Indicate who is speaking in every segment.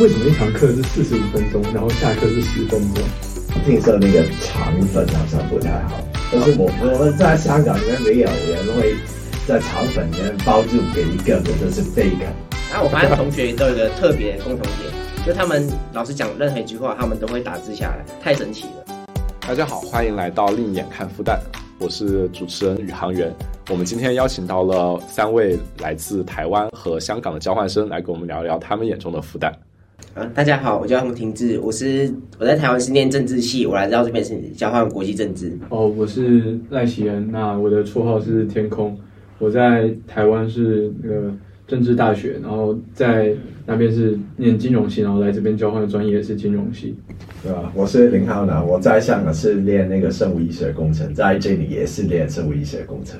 Speaker 1: 为什么一堂课是四十五分钟，然后下课是十分钟？
Speaker 2: 进社那个肠粉好像不太好，但是我我们在香港那边没有人会在肠粉里面包住给一个的，就是 bacon。
Speaker 3: 然后我发现同学都有一个特别的共同点，就他们老师讲任何一句话，他们都会打字下来，太神奇了。
Speaker 4: 大家好，欢迎来到另眼看复旦，我是主持人宇航员。我们今天邀请到了三位来自台湾和香港的交换生来跟我们聊聊他们眼中的复旦。
Speaker 3: 啊，大家好，我叫洪廷志，我是我在台湾是念政治系，我来到这边是交换国际政治。
Speaker 1: 哦，我是赖奇恩，那我的绰号是天空，我在台湾是那个政治大学，然后在那边是念金融系，然后来这边交换的专业是金融系。
Speaker 2: 对吧？我是林浩南，我在香港是练那个生物医学工程，在这里也是练生物医学工程。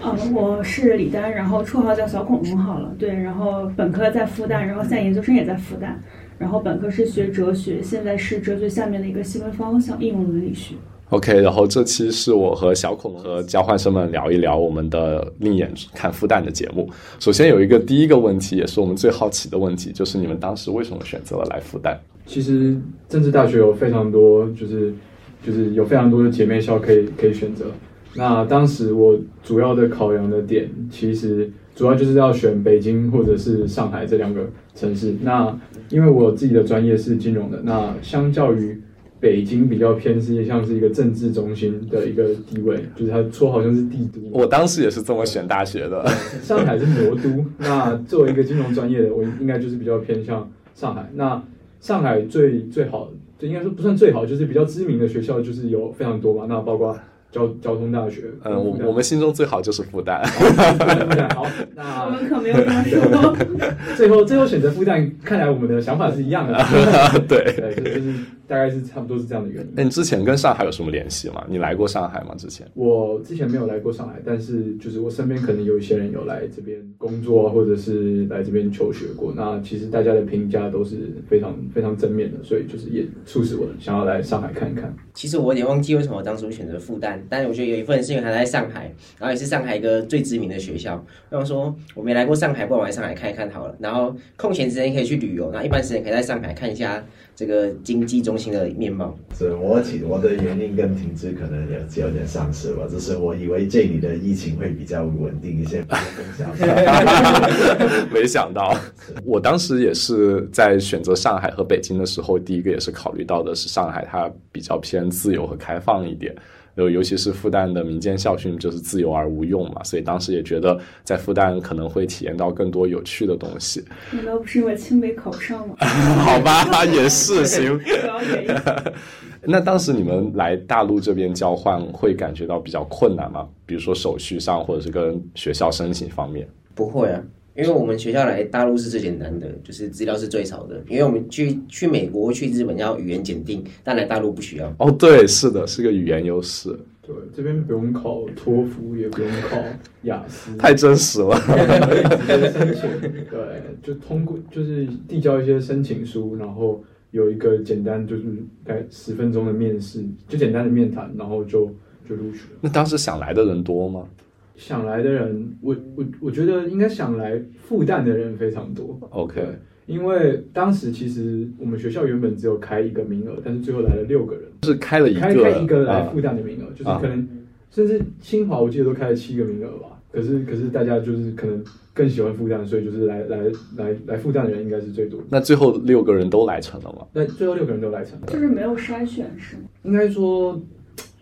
Speaker 5: 呃，我是李丹，然后绰号叫小恐龙好了。对，然后本科在复旦，然后现在研究生也在复旦。然后本科是学哲学，现在是哲学下面的一个细分方向——应用伦理学。
Speaker 4: OK，然后这期是我和小孔和交换生们聊一聊我们的另眼看复旦的节目。首先有一个第一个问题，也是我们最好奇的问题，就是你们当时为什么选择了来复旦？
Speaker 1: 其实政治大学有非常多，就是就是有非常多的姐妹校可以可以选择。那当时我主要的考量的点，其实主要就是要选北京或者是上海这两个城市。那因为我自己的专业是金融的，那相较于北京比较偏是像是一个政治中心的一个地位，就是它绰号像是帝都。
Speaker 4: 我当时也是这么选大学的。
Speaker 1: 上海是魔都，那作为一个金融专业的，我应该就是比较偏向上海。那上海最最好，就应该说不算最好，就是比较知名的学校，就是有非常多嘛。那包括交交通大学，
Speaker 4: 嗯，我
Speaker 1: 复旦
Speaker 4: 我们心中最好就是复旦。
Speaker 1: 复旦 好。那
Speaker 5: 我们可没有这
Speaker 4: 啊
Speaker 5: 样说。
Speaker 1: 最后最后选择复旦，看来我们的想法是一样 的。
Speaker 4: 对，
Speaker 1: 对，这就是大概是差不多是这样的原因。
Speaker 4: 那你之前跟上海有什么联系吗？你来过上海吗？之前？
Speaker 1: 我之前没有来过上海，但是就是我身边可能有一些人有来这边工作，或者是来这边求学过。那其实大家的评价都是非常非常正面的，所以就是也促使我想要来上海看一看。
Speaker 3: 其实我有点忘记为什么我当初选择复旦，但我觉得有一份是因为他在上海，然后也是上海一个最知名的学校。我想说，我没来过上海，不然我来上海看一看好了。然后空闲时间可以去旅游，然后一般时间可以在上海看一下这个经济中心的面貌。
Speaker 2: 所以我其我的原因跟停滞可能也是有点相似吧，就是我以为这里的疫情会比较稳定一些， 比较风向
Speaker 4: 没想到，我当时也是在选择上海和北京的时候，第一个也是考虑到的是上海，它比较偏自由和开放一点。呃，尤其是复旦的民间校训就是自由而无用嘛，所以当时也觉得在复旦可能会体验到更多有趣的东西。
Speaker 5: 难道不是因为清北考不上吗？
Speaker 4: 好吧，也是行。
Speaker 5: 主要原因。
Speaker 4: 那当时你们来大陆这边交换，会感觉到比较困难吗？比如说手续上，或者是跟学校申请方面？
Speaker 3: 不会啊，因为我们学校来大陆是最简单的，就是资料是最少的。因为我们去去美国、去日本要语言检定，但来大陆不需要。
Speaker 4: 哦，对，是的，是个语言优势，
Speaker 1: 对，这边不用考托福，也不用考雅思，
Speaker 4: 太真实了。
Speaker 1: 直接申请。对，就通过就是递交一些申请书，然后有一个简单就是大概十分钟的面试，就简单的面谈，然后就就录取了。
Speaker 4: 那当时想来的人多吗？
Speaker 1: 想来的人，我我我觉得应该想来复旦的人非常多。
Speaker 4: OK，
Speaker 1: 对，因为当时其实我们学校原本只有开一个名额，但是最后来了六个人，
Speaker 4: 就是开了一个，
Speaker 1: 开开一个来
Speaker 4: 啊
Speaker 1: 复旦的名额，就是
Speaker 4: 啊
Speaker 1: 可能、甚至清华我记得都开了七个名额吧。可是可是大家就是可能更喜欢复旦，所以就是来来来来复旦的人应该是最多的。
Speaker 4: 那最后六个人都来成了吗？
Speaker 1: 但最后六个人都来成了，
Speaker 5: 就是没有筛选是吗？
Speaker 1: 应该说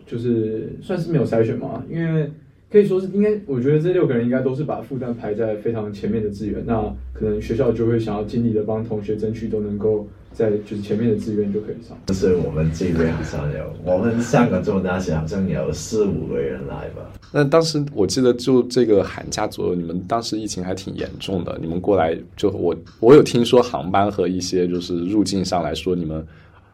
Speaker 1: 就是算是没有筛选嘛，因为可以说是应该，我觉得这六个人应该都是把复旦排在非常前面的资源，那可能学校就会想要尽力的帮同学争取都能够在就是前面的资源就可以上。
Speaker 2: 就是我们这边好像有，我们香港做那些好像有四五个人来吧。
Speaker 4: 那当时我记得就这个寒假左右，你们当时疫情还挺严重的，你们过来就我我有听说航班和一些就是入境上来说，你们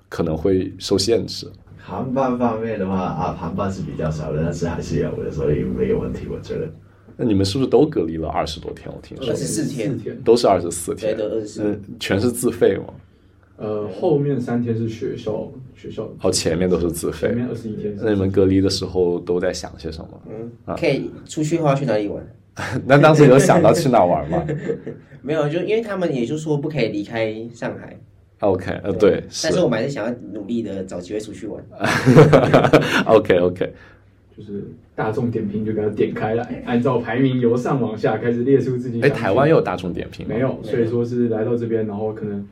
Speaker 4: 可能会受限制。
Speaker 2: 航班方面的话啊，航班是比较少的，但是还是有的，所以没有问题，我觉得。
Speaker 4: 那你们是不是都隔离了二十多天？我听说
Speaker 3: 二十四天
Speaker 1: 四天，
Speaker 4: 都是二十四天，
Speaker 3: 对都24
Speaker 4: 嗯，全是自费吗？
Speaker 1: 呃，后面三天是学校学校
Speaker 4: 哦，前面都是自费
Speaker 1: 前。面二十一天
Speaker 4: 那
Speaker 1: 是。
Speaker 4: 你们隔离的时候都在想些什 么？
Speaker 3: 嗯，可以出去的话去哪里玩？
Speaker 4: 那当时有想到去哪玩吗？
Speaker 3: 啊没有，就因为他们也就说不可以离开上海，
Speaker 4: OK，呃，对，
Speaker 3: 但是我们还是想要努力的找机会出去玩。
Speaker 4: OK OK，
Speaker 1: 就是大众点评就给它点开来，按照排名由上往下开始列出自己。
Speaker 4: 哎，台湾有大众点评吗
Speaker 1: 没？有，所以说是来到这边，然后可能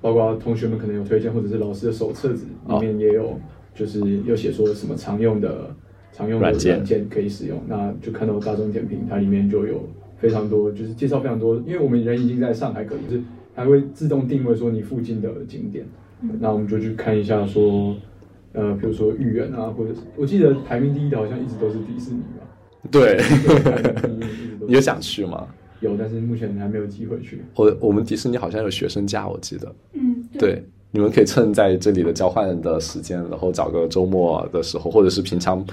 Speaker 1: 包括同学们可能有推荐，或者是老师的手册子里面也有，就是有写说什么常用的常用的
Speaker 4: 软件
Speaker 1: 软件可以使用，那就看到大众点评它里面就有非常多，就是介绍非常多，因为我们人已经在上海可以，就是它会自动定位说你附近的景点，那我们就去看一下说。呃，比如说豫园啊，或者是我记得排名第一的好像一直都是迪士尼 吧。
Speaker 4: 对，
Speaker 1: 排名第一一直都 是
Speaker 4: 你有想去吗？
Speaker 1: 有，但是目前还没有机会去。
Speaker 4: 我我们迪士尼好像有学生价，我记得。
Speaker 5: 嗯，对，
Speaker 4: 对，你们可以趁在这里的交换的时间，然后找个周末的时候，或者是平常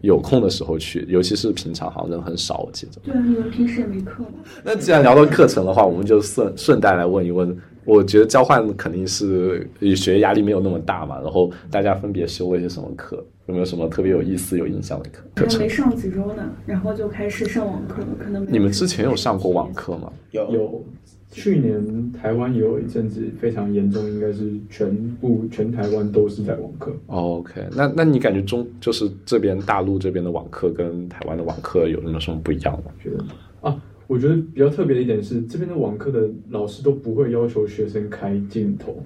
Speaker 4: 有空的时候去，尤其是平常好像人很少，我记得。
Speaker 5: 对啊，你们平时也没课吧？
Speaker 4: 那既然聊到课程的话，我们就顺顺带来问一问。我觉得交换肯定是呃学业压力没有那么大嘛，然后大家分别修了一些什么课，有没有什么特别有意思、有印象的课课
Speaker 5: 还
Speaker 4: 程
Speaker 5: 没？上几周呢，然后就开始上网课了，可能没
Speaker 4: 你们之前有上过网？课吗？
Speaker 3: 有
Speaker 1: 有，去年台湾有一阵子非常严重，应该是全部全台湾都是在网课。
Speaker 4: 哦 OK，那那你感觉中就是这边大陆这边的网课跟台湾的网课有没有什么不一样吗？
Speaker 1: 觉得啊，我觉得比较特别的一点是，这边的网课的老师都不会要求学生开镜头。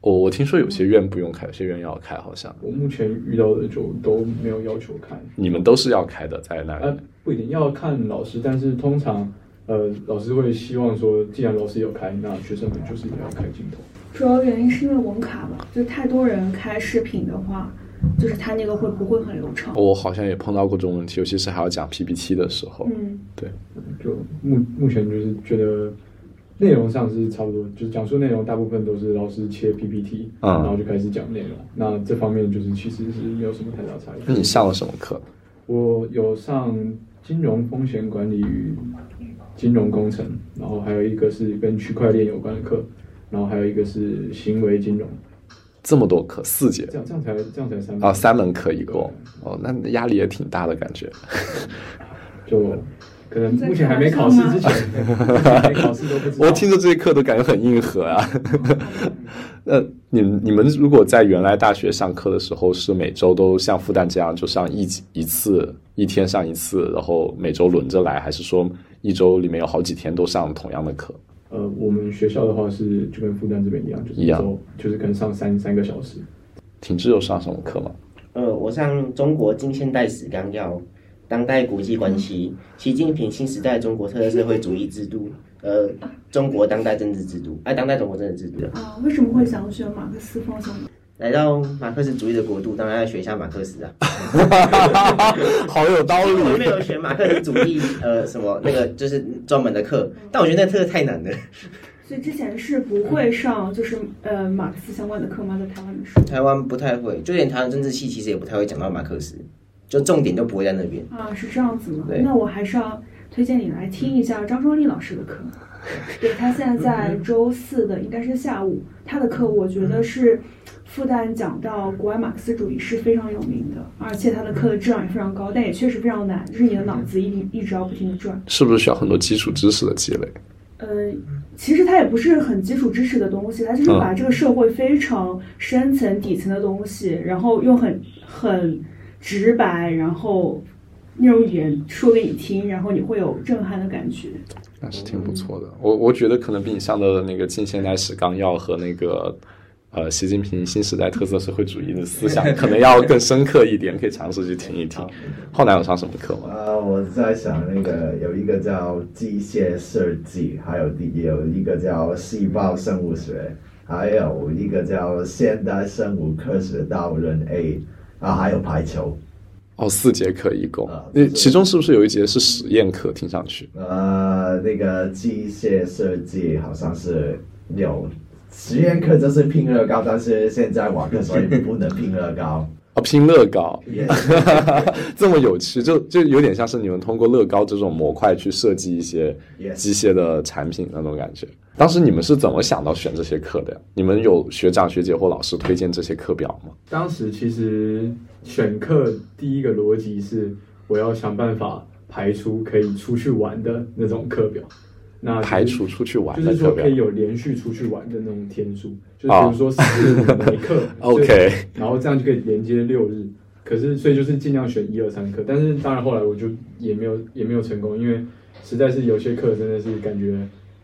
Speaker 4: 我我听说有些院不用开，有些院要开，好像
Speaker 1: 我目前遇到的就都没有要求开，
Speaker 4: 你们都是要开的，在那
Speaker 1: 呃
Speaker 4: 里。，
Speaker 1: 不一定要看老师，但是通常呃，老师会希望说，既然老师有开，那学生们就是也要开镜头。
Speaker 5: 主要原因是因为网卡吧，就太多人开视频的话，就是它那个会不会很流畅？
Speaker 4: 我好像也碰到过这种问题，尤其是还要讲 PPT 的时候。
Speaker 5: 嗯，
Speaker 1: 就目目前就是觉得内容上是差不多，就是讲述内容大部分都是老师切 PPT，、
Speaker 4: 嗯
Speaker 1: 然后就开始讲内容。那这方面就是其实是没有什么太大差
Speaker 4: 那你
Speaker 1: 异。
Speaker 4: 上了什么课？
Speaker 1: 我有上金融风险管理与金融工程，然后还有一个是跟区块链有关的课，然后还有一个是行为金融，
Speaker 4: 这么多课，四节
Speaker 1: 这样这样才这样才三
Speaker 4: 啊，三门课一共。哦，那压力也挺大的感觉。
Speaker 1: 就可能目前还没考试之前，没考试都不知道。
Speaker 4: 我听着这些课都感觉很硬核啊。 那你你们如果在原来大学上课的时候，是每周都像复旦这样就上一一次，一天上一次，然后每周轮着来，还是说一周里面有好几天都上同样的课？
Speaker 1: 呃，我们学校的话是就跟复旦这边一样，就是
Speaker 4: 一样
Speaker 1: 周就是可能上三三个小时。
Speaker 4: 品质有上什么课吗？
Speaker 3: 呃，我上中国近现代史纲要、当代国际关系、习近平新时代中国特色社会主义制度、呃，中国当代政治制度，哎、当代中国政治制度。
Speaker 5: 啊，为什么会想选马克思方向呢？
Speaker 3: 来到马克思主义的国度，当然要学一下马克 思啊。
Speaker 4: 好有道
Speaker 3: 我们没
Speaker 4: 理。
Speaker 3: 有学马克思主义， 呃，什么那个就是专门的课，但我觉得那课太难了。
Speaker 5: 所以之前是不会上就是呃马克思相关的课吗？在台湾的时候
Speaker 3: 台湾不太会，就连台湾政治系其实也不太会讲到马克思，就重点就不会在那边。
Speaker 5: 啊，是这样子吗？
Speaker 3: 对
Speaker 5: 那我还是要推荐你来听一下张双立老师的课，对他现在在周四的应该是下午，他的课我觉得是复旦讲到国外马克思主义是非常有名的，而且他的课的质量也非常高，但也确实非常难，就是你的脑子一定一直要不停的转。
Speaker 4: 是不是需要很多基础知识的积累？
Speaker 5: 呃，其实它也不是很基础知识的东西，它就是把这个社会非常深层底层的东西，然后用很很直白，然后那种语言说给你听，然后你会有震撼的感觉。
Speaker 4: 那是挺不错的。我我觉得可能比你上的那个《近现代史纲要》和那个呃习近平新时代特色社会主义的思想可能要更深刻一点，可以尝试去听一听。 后来有上什么课吗？
Speaker 2: 啊，我在想那个有一个叫机械设计，还有第有一个叫细胞生物学，还有一个叫现代生物科学到人 A，啊，还有排球。
Speaker 4: 哦，四节课一共
Speaker 2: 啊，
Speaker 4: 那
Speaker 2: 对
Speaker 4: 其中是不是有一节是实验课？听上去
Speaker 2: 呃，那个机械设计好像是有实验课，就是拼乐高，但是现在网课所以不能拼乐高。
Speaker 4: 哦，拼乐高，
Speaker 2: 也
Speaker 4: 这么有趣，就就有点像是你们通过乐高这种模块去设计一些
Speaker 2: Yes
Speaker 4: 机械的产品那种感觉。当时你们是怎么想到选这些课的呀？你们有学长学姐或老师推荐这些课表吗？
Speaker 1: 当时其实选课第一个逻辑是，我要想办法排出可以出去玩的那种课表。那就是
Speaker 4: 排除出去玩
Speaker 1: 就
Speaker 4: 的
Speaker 1: 是
Speaker 4: 课
Speaker 1: 说可
Speaker 4: 表
Speaker 1: 以。有连续出去玩的那种天数，就是比
Speaker 4: 哦
Speaker 1: 如说四五每 课
Speaker 4: OK，
Speaker 1: 然后这样就可以连接六日。可是所以就是尽量选一二三课，但是当然后来我就也没有也没有成功，因为实在是有些课真的是感觉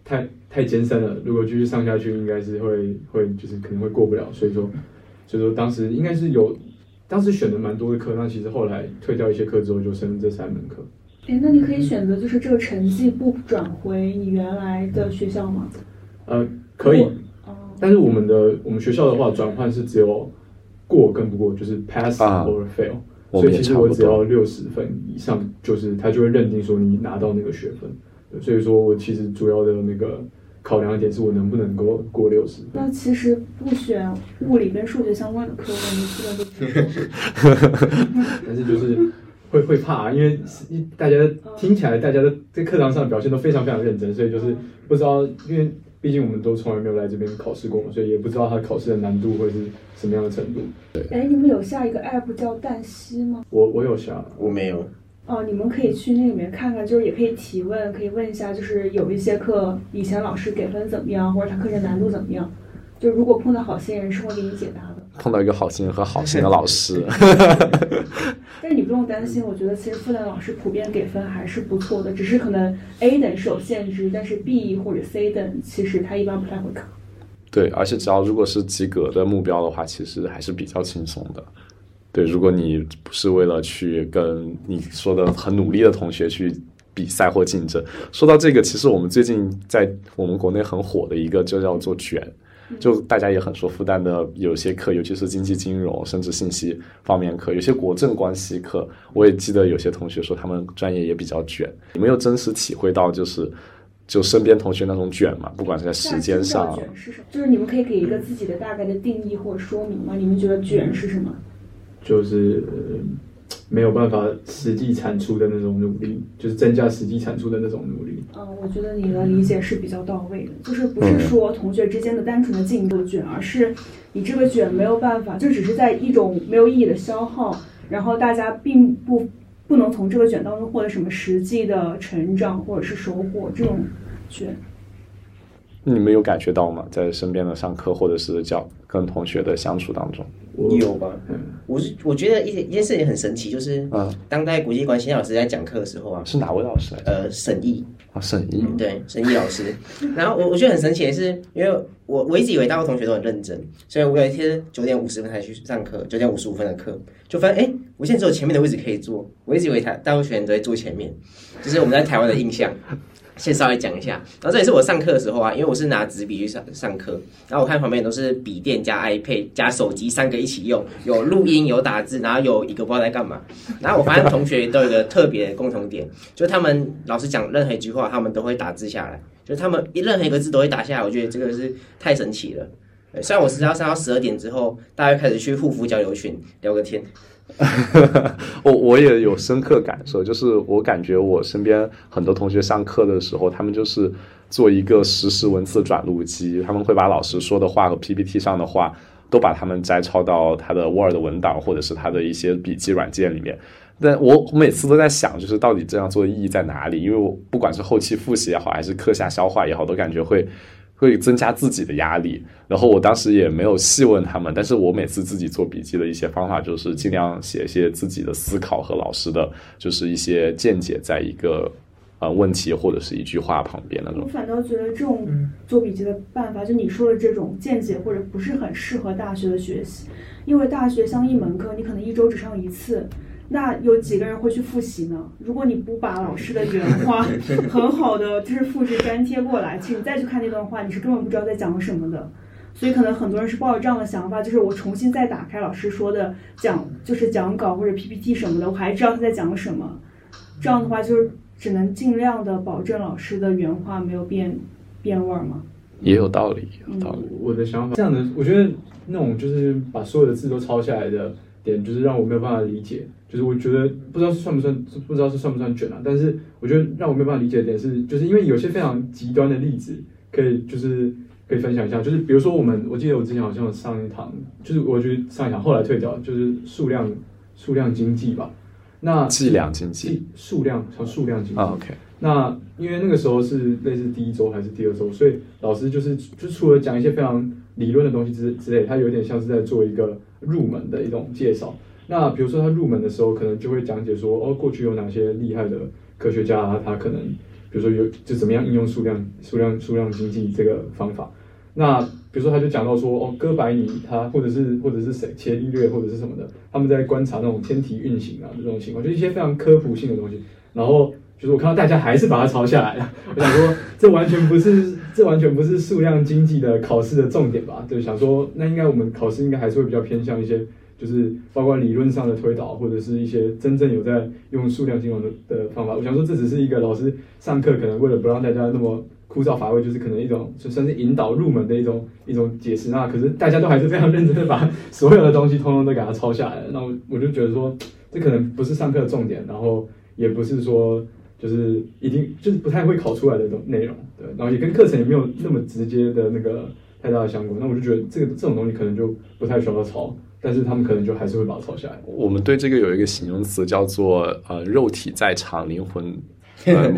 Speaker 1: 太太艰深了，如果继续上下去，应该是会会就是可能会过不了，所以说所以说当时应该是有。当时选的蛮多的课，那其实后来退掉一些课之后，就剩这三门课。
Speaker 5: 哎，那你可以选择就是这个成绩不转回你原来的学校吗？
Speaker 1: 呃，可以
Speaker 5: 过，哦，
Speaker 1: 但是我们的我们学校的话，转换是只有过跟不过，就是 pass
Speaker 4: 啊
Speaker 1: or fail、
Speaker 4: 我
Speaker 1: 所
Speaker 4: 们
Speaker 1: 以
Speaker 4: 也
Speaker 1: 其实
Speaker 4: 差
Speaker 1: 我
Speaker 4: 不
Speaker 1: 只要
Speaker 4: 多。
Speaker 1: 六十分以上，就是他就会认定说你拿到那个学分。对所以说我其实主要的那个考量的点是我能不能够过六十分。
Speaker 5: 那其实不选物理跟数学相关的科目，你基本都不会。
Speaker 1: 但是就是会会怕、因为是大家听起来大家的在课堂上的表现都非常非常认真，所以就是不知道，因为毕竟我们都从来没有来这边考试过嘛，所以也不知道他考试的难度会是什么样的程度。
Speaker 5: 哎，你们有下一个 app 叫蛋西吗？
Speaker 1: 我我有想
Speaker 3: 我没有，
Speaker 5: 哦，你们可以去那里面看看，就是也可以提问，可以问一下，就是有一些课以前老师给分怎么样，或者他课程难度怎么样。就如果碰到好心人是会给你解答的，
Speaker 4: 碰到一个好心人和好心的老师，
Speaker 5: 但是你不用担心，我觉得其实复旦老师普遍给分还是不错的，只是可能 A 等是有限制，但是 B 或者 C 等其实他一般不太会考。
Speaker 4: 对，而且只要如果是及格的目标的话，其实还是比较轻松的。对，如果你不是为了去跟你说的很努力的同学去比赛或竞争，说到这个，其实我们最近在我们国内很火的一个就叫做卷，就大家也很说复旦的有些课，尤其是经济金融甚至信息方面课，有些国政关系课，我也记得有些同学说他们专业也比较卷。你们有真实体会到就是就身边同学那种卷嘛？不管是在时间
Speaker 5: 那
Speaker 4: 上啊
Speaker 5: 啊卷，是什么？就是你们可以给一个自己的大概的定义或者说明吗？你们觉得卷是什么？
Speaker 1: 就是、呃没有办法实际产出的那种努力，就是增加实际产出的那种努力。
Speaker 5: 嗯，我觉得你的理解是比较到位的，就是不是说同学之间的单纯的竞争卷，而是你这个卷没有办法，就只是在一种没有意义的消耗，然后大家并不不能从这个卷当中获得什么实际的成长或者是收获，这种卷。
Speaker 4: 你们有感觉到吗？在身边的上课或者是叫跟同学的相处当中，
Speaker 1: 我
Speaker 3: 你有吧？
Speaker 1: 嗯
Speaker 3: 我是我觉得一一件事情很神奇，就是
Speaker 4: 嗯
Speaker 3: 当代国际关系老师在讲课的时候啊，
Speaker 4: 是哪位老师来着？
Speaker 3: 呃，沈毅，
Speaker 4: 啊，沈毅。
Speaker 3: 对，沈毅老师。然后我我觉得很神奇的是，因为我我一直以为大部分同学都很认真，所以我有一天九点五十分才去上课，九点五十五分的课，就发现哎，诶我现在只有前面的位置可以坐。我一直以为台大部分学生都会坐前面，就是我们在台湾的印象。先稍微讲一下，然后这也是我上课的时候啊，因为我是拿纸笔去上上课，然后我看旁边都是笔电加 iPad 加手机三个一起用，有录音有打字，然后有一个不知道在干嘛。然后我发现同学都有一个特别的共同点，就是他们老师讲任何一句话，他们都会打字下来，就是他们一任何一个字都会打下来，我觉得这个是太神奇了。对虽然我是要上到十二点之后，大家开始去护肤交流群聊个天，
Speaker 4: 我我也有深刻感受，就是我感觉我身边很多同学上课的时候，他们就是做一个实时文字转录机，他们会把老师说的话和 PPT 上的话都把它们摘抄到他的 Word 文档或者是他的一些笔记软件里面。但我每次都在想，就是到底这样做的意义在哪里？因为我不管是后期复习也好，还是课下消化也好，都感觉会会增加自己的压力。然后我当时也没有细问他们，但是我每次自己做笔记的一些方法就是尽量写一些自己的思考和老师的就是一些见解，在一个呃问题或者是一句话旁边那
Speaker 5: 我
Speaker 4: 种。
Speaker 5: 反倒觉得这种做笔记的办法，就你说的这种见解，或者不是很适合大学的学习，因为大学像一门课，你可能一周只上一次。那有几个人会去复习呢？如果你不把老师的原话很好的就是复制粘贴过来，其实你再去看那段话，你是根本不知道在讲什么的。所以可能很多人是抱着这样的想法，就是我重新再打开老师说的讲，就是讲稿或者 PPT 什么的，我还知道他在讲什么。这样的话，就是只能尽量的保证老师的原话没有变变味儿嘛。
Speaker 4: 也有道理，也有道理。
Speaker 1: 我的想法这样的，我觉得那种就是把所有的字都抄下来的点，就是让我没有办法理解。就是我觉得不知道算不算，不知道是算不算卷啊。但是我觉得让我没有办法理解的点是，就是因为有些非常极端的例子，可以就是可以分享一下。就是比如说我们，我记得我之前好像有上一堂，就是我去上一堂，后来退掉，就是数量数量经济吧。那
Speaker 4: 计量经济
Speaker 1: 计数量和数量经济。
Speaker 4: 啊，OK，
Speaker 1: 那因为那个时候是类似第一周还是第二周，所以老师就是就除了讲一些非常理论的东西之之类，他有点像是在做一个入门的一种介绍。那比如说他入门的时候，可能就会讲解说，哦，过去有哪些厉害的科学家、啊，他可能比如说有就怎么样应用数量、数量、数量经济这个方法。那比如说他就讲到说，哦，哥白尼他或者是或者是谁伽利略或者是什么的，他们在观察那种天体运行啊这种情况，就一些非常科普性的东西。然后就是我看到大家还是把它抄下来了， 我想说这完全不是这完全不是数量经济的考试的重点吧？对，想说那应该我们考试应该还是会比较偏向一些。就是包括理论上的推导，或者是一些真正有在用数量金融的的方法。我想说，这只是一个老师上课可能为了不让大家那么枯燥乏味，就是可能一种就算是引导入门的一种一种解释。啊那可是大家都还是非常认真的把所有的东西通通都给它抄下来了。那我我就觉得说，这可能不是上课的重点，然后也不是说就是一定就是不太会考出来的东内容，对，然后也跟课程也没有那么直接的那个太大的相关。那我就觉得这个这种东西可能就不太需要抄。但是他们可能就还是会把它抄下来。
Speaker 4: 我们对这个有一个形容词叫做呃，肉体在场，灵魂。呃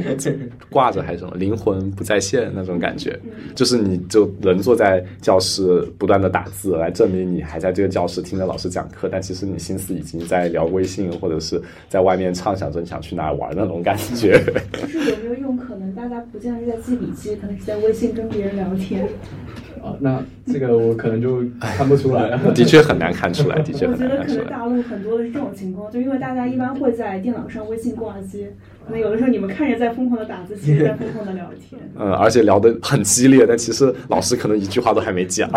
Speaker 4: 挂着还是什么，灵魂不在线那种感觉，就是你就人坐在教室不断的打字，来证明你还在这个教室听着老师讲课，但其实你心思已经在聊微信，或者是在外面畅想着你想去哪玩那种感觉。
Speaker 5: 就是有没有用？可能大家不见得是在记笔记，可能是在微信跟别人聊天。
Speaker 1: 啊，那这个我可能就看不出 来了。啊
Speaker 4: 的确很难看出来，的确
Speaker 5: 我
Speaker 4: 很
Speaker 5: 觉
Speaker 4: 难
Speaker 5: 得
Speaker 4: 看
Speaker 5: 可
Speaker 4: 出
Speaker 5: 能
Speaker 4: 来。
Speaker 5: 大陆很多的是这种情况，就因为大家一般会在电脑上微信逛街，可能有的时候你们看着在疯狂的打字，其 实在疯狂的聊天。
Speaker 4: 嗯，而且聊得很激烈，但其实老师可能一句话都还没讲。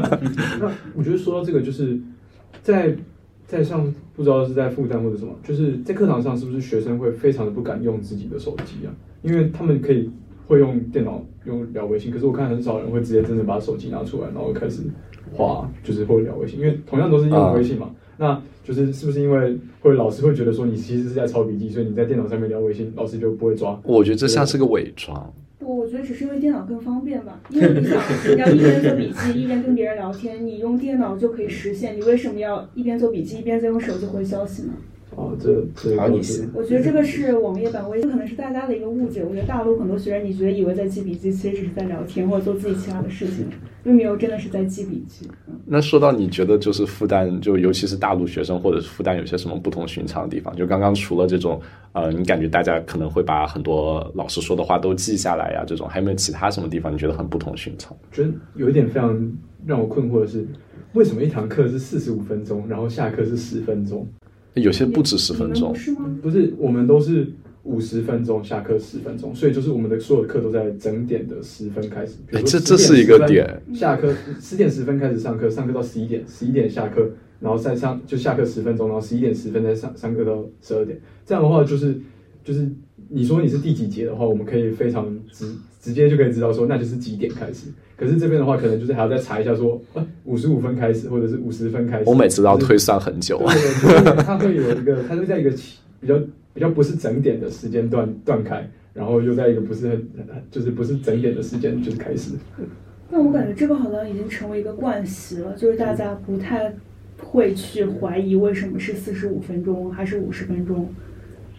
Speaker 1: 那我觉得说到这个，就是在在上不知道是在复旦或者什么，就是在课堂上是不是学生会非常的不敢用自己的手机啊？因为他们可以会用电脑用聊微信，可是我看很少人会直接真的把手机拿出来，然后开始划，就是或聊微信，因为同样都是用微信嘛。
Speaker 3: 啊
Speaker 1: 那就是是不是因为会老师会觉得说你其实是在抄笔记，所以你在电脑上面聊微信，老师就不会抓？
Speaker 4: 我觉得这像是个伪装。
Speaker 5: 不，我觉得只是因为电脑更方便吧，因为你想，你要一边做笔记一边跟别人聊天，你用电脑就可以实现，你为什么要一边做笔记一边在用手机回消息呢？
Speaker 1: 哦，这这
Speaker 3: 好
Speaker 1: 倒
Speaker 3: 你是
Speaker 5: 我觉得这个是网页版微，可能是大家的一个误解。我觉得大陆很多学生，你觉得以为在记笔记，其实只是在聊天或者做自己其他的事情，并没有真的是在记笔记。嗯
Speaker 4: 那说到你觉得就是复旦，就尤其是大陆学生或者是复旦有些什么不同寻常的地方？就刚刚除了这种，呃，你感觉大家可能会把很多老师说的话都记下来啊呀、这种还有没有其他什么地方你觉得很不同寻常？
Speaker 1: 觉得有一点非常让我困惑的是，为什么一堂课是四十五分钟，然后下课是十分钟？
Speaker 4: 有些不止十分
Speaker 5: 你们
Speaker 4: 钟
Speaker 5: 不，嗯是 吗？
Speaker 1: 不是，我们都是五十分钟，下课十分钟，所以就是我们的所有的课都在整点的十分开始。比如
Speaker 4: 哎，
Speaker 1: 说
Speaker 4: 这
Speaker 1: 10
Speaker 4: 这是一个
Speaker 1: 10
Speaker 4: 点，
Speaker 1: 分下课十点十分开始上课，上课到十一点，十一点下课，然后再上就下课十分钟，然后十一点十分再上上课到十二点。这样的话就是就是你说你是第几节的话，我们可以非常直直接就可以知道说那就是几点开始。可是这边的话，可能就是还要再查一下说，呃五十五分开始，或者是五十分开始。
Speaker 4: 我每次都要
Speaker 1: 就是
Speaker 4: 推算很久啊。
Speaker 1: 对，就是它会有一个，它会在一个起比较比较不是整点的时间段断开，然后又在一个不是很就是不是整点的时间就是开始。
Speaker 5: 那我感觉这个好像已经成为一个惯习了，就是大家不太会去怀疑为什么是四十五分钟还是五十分钟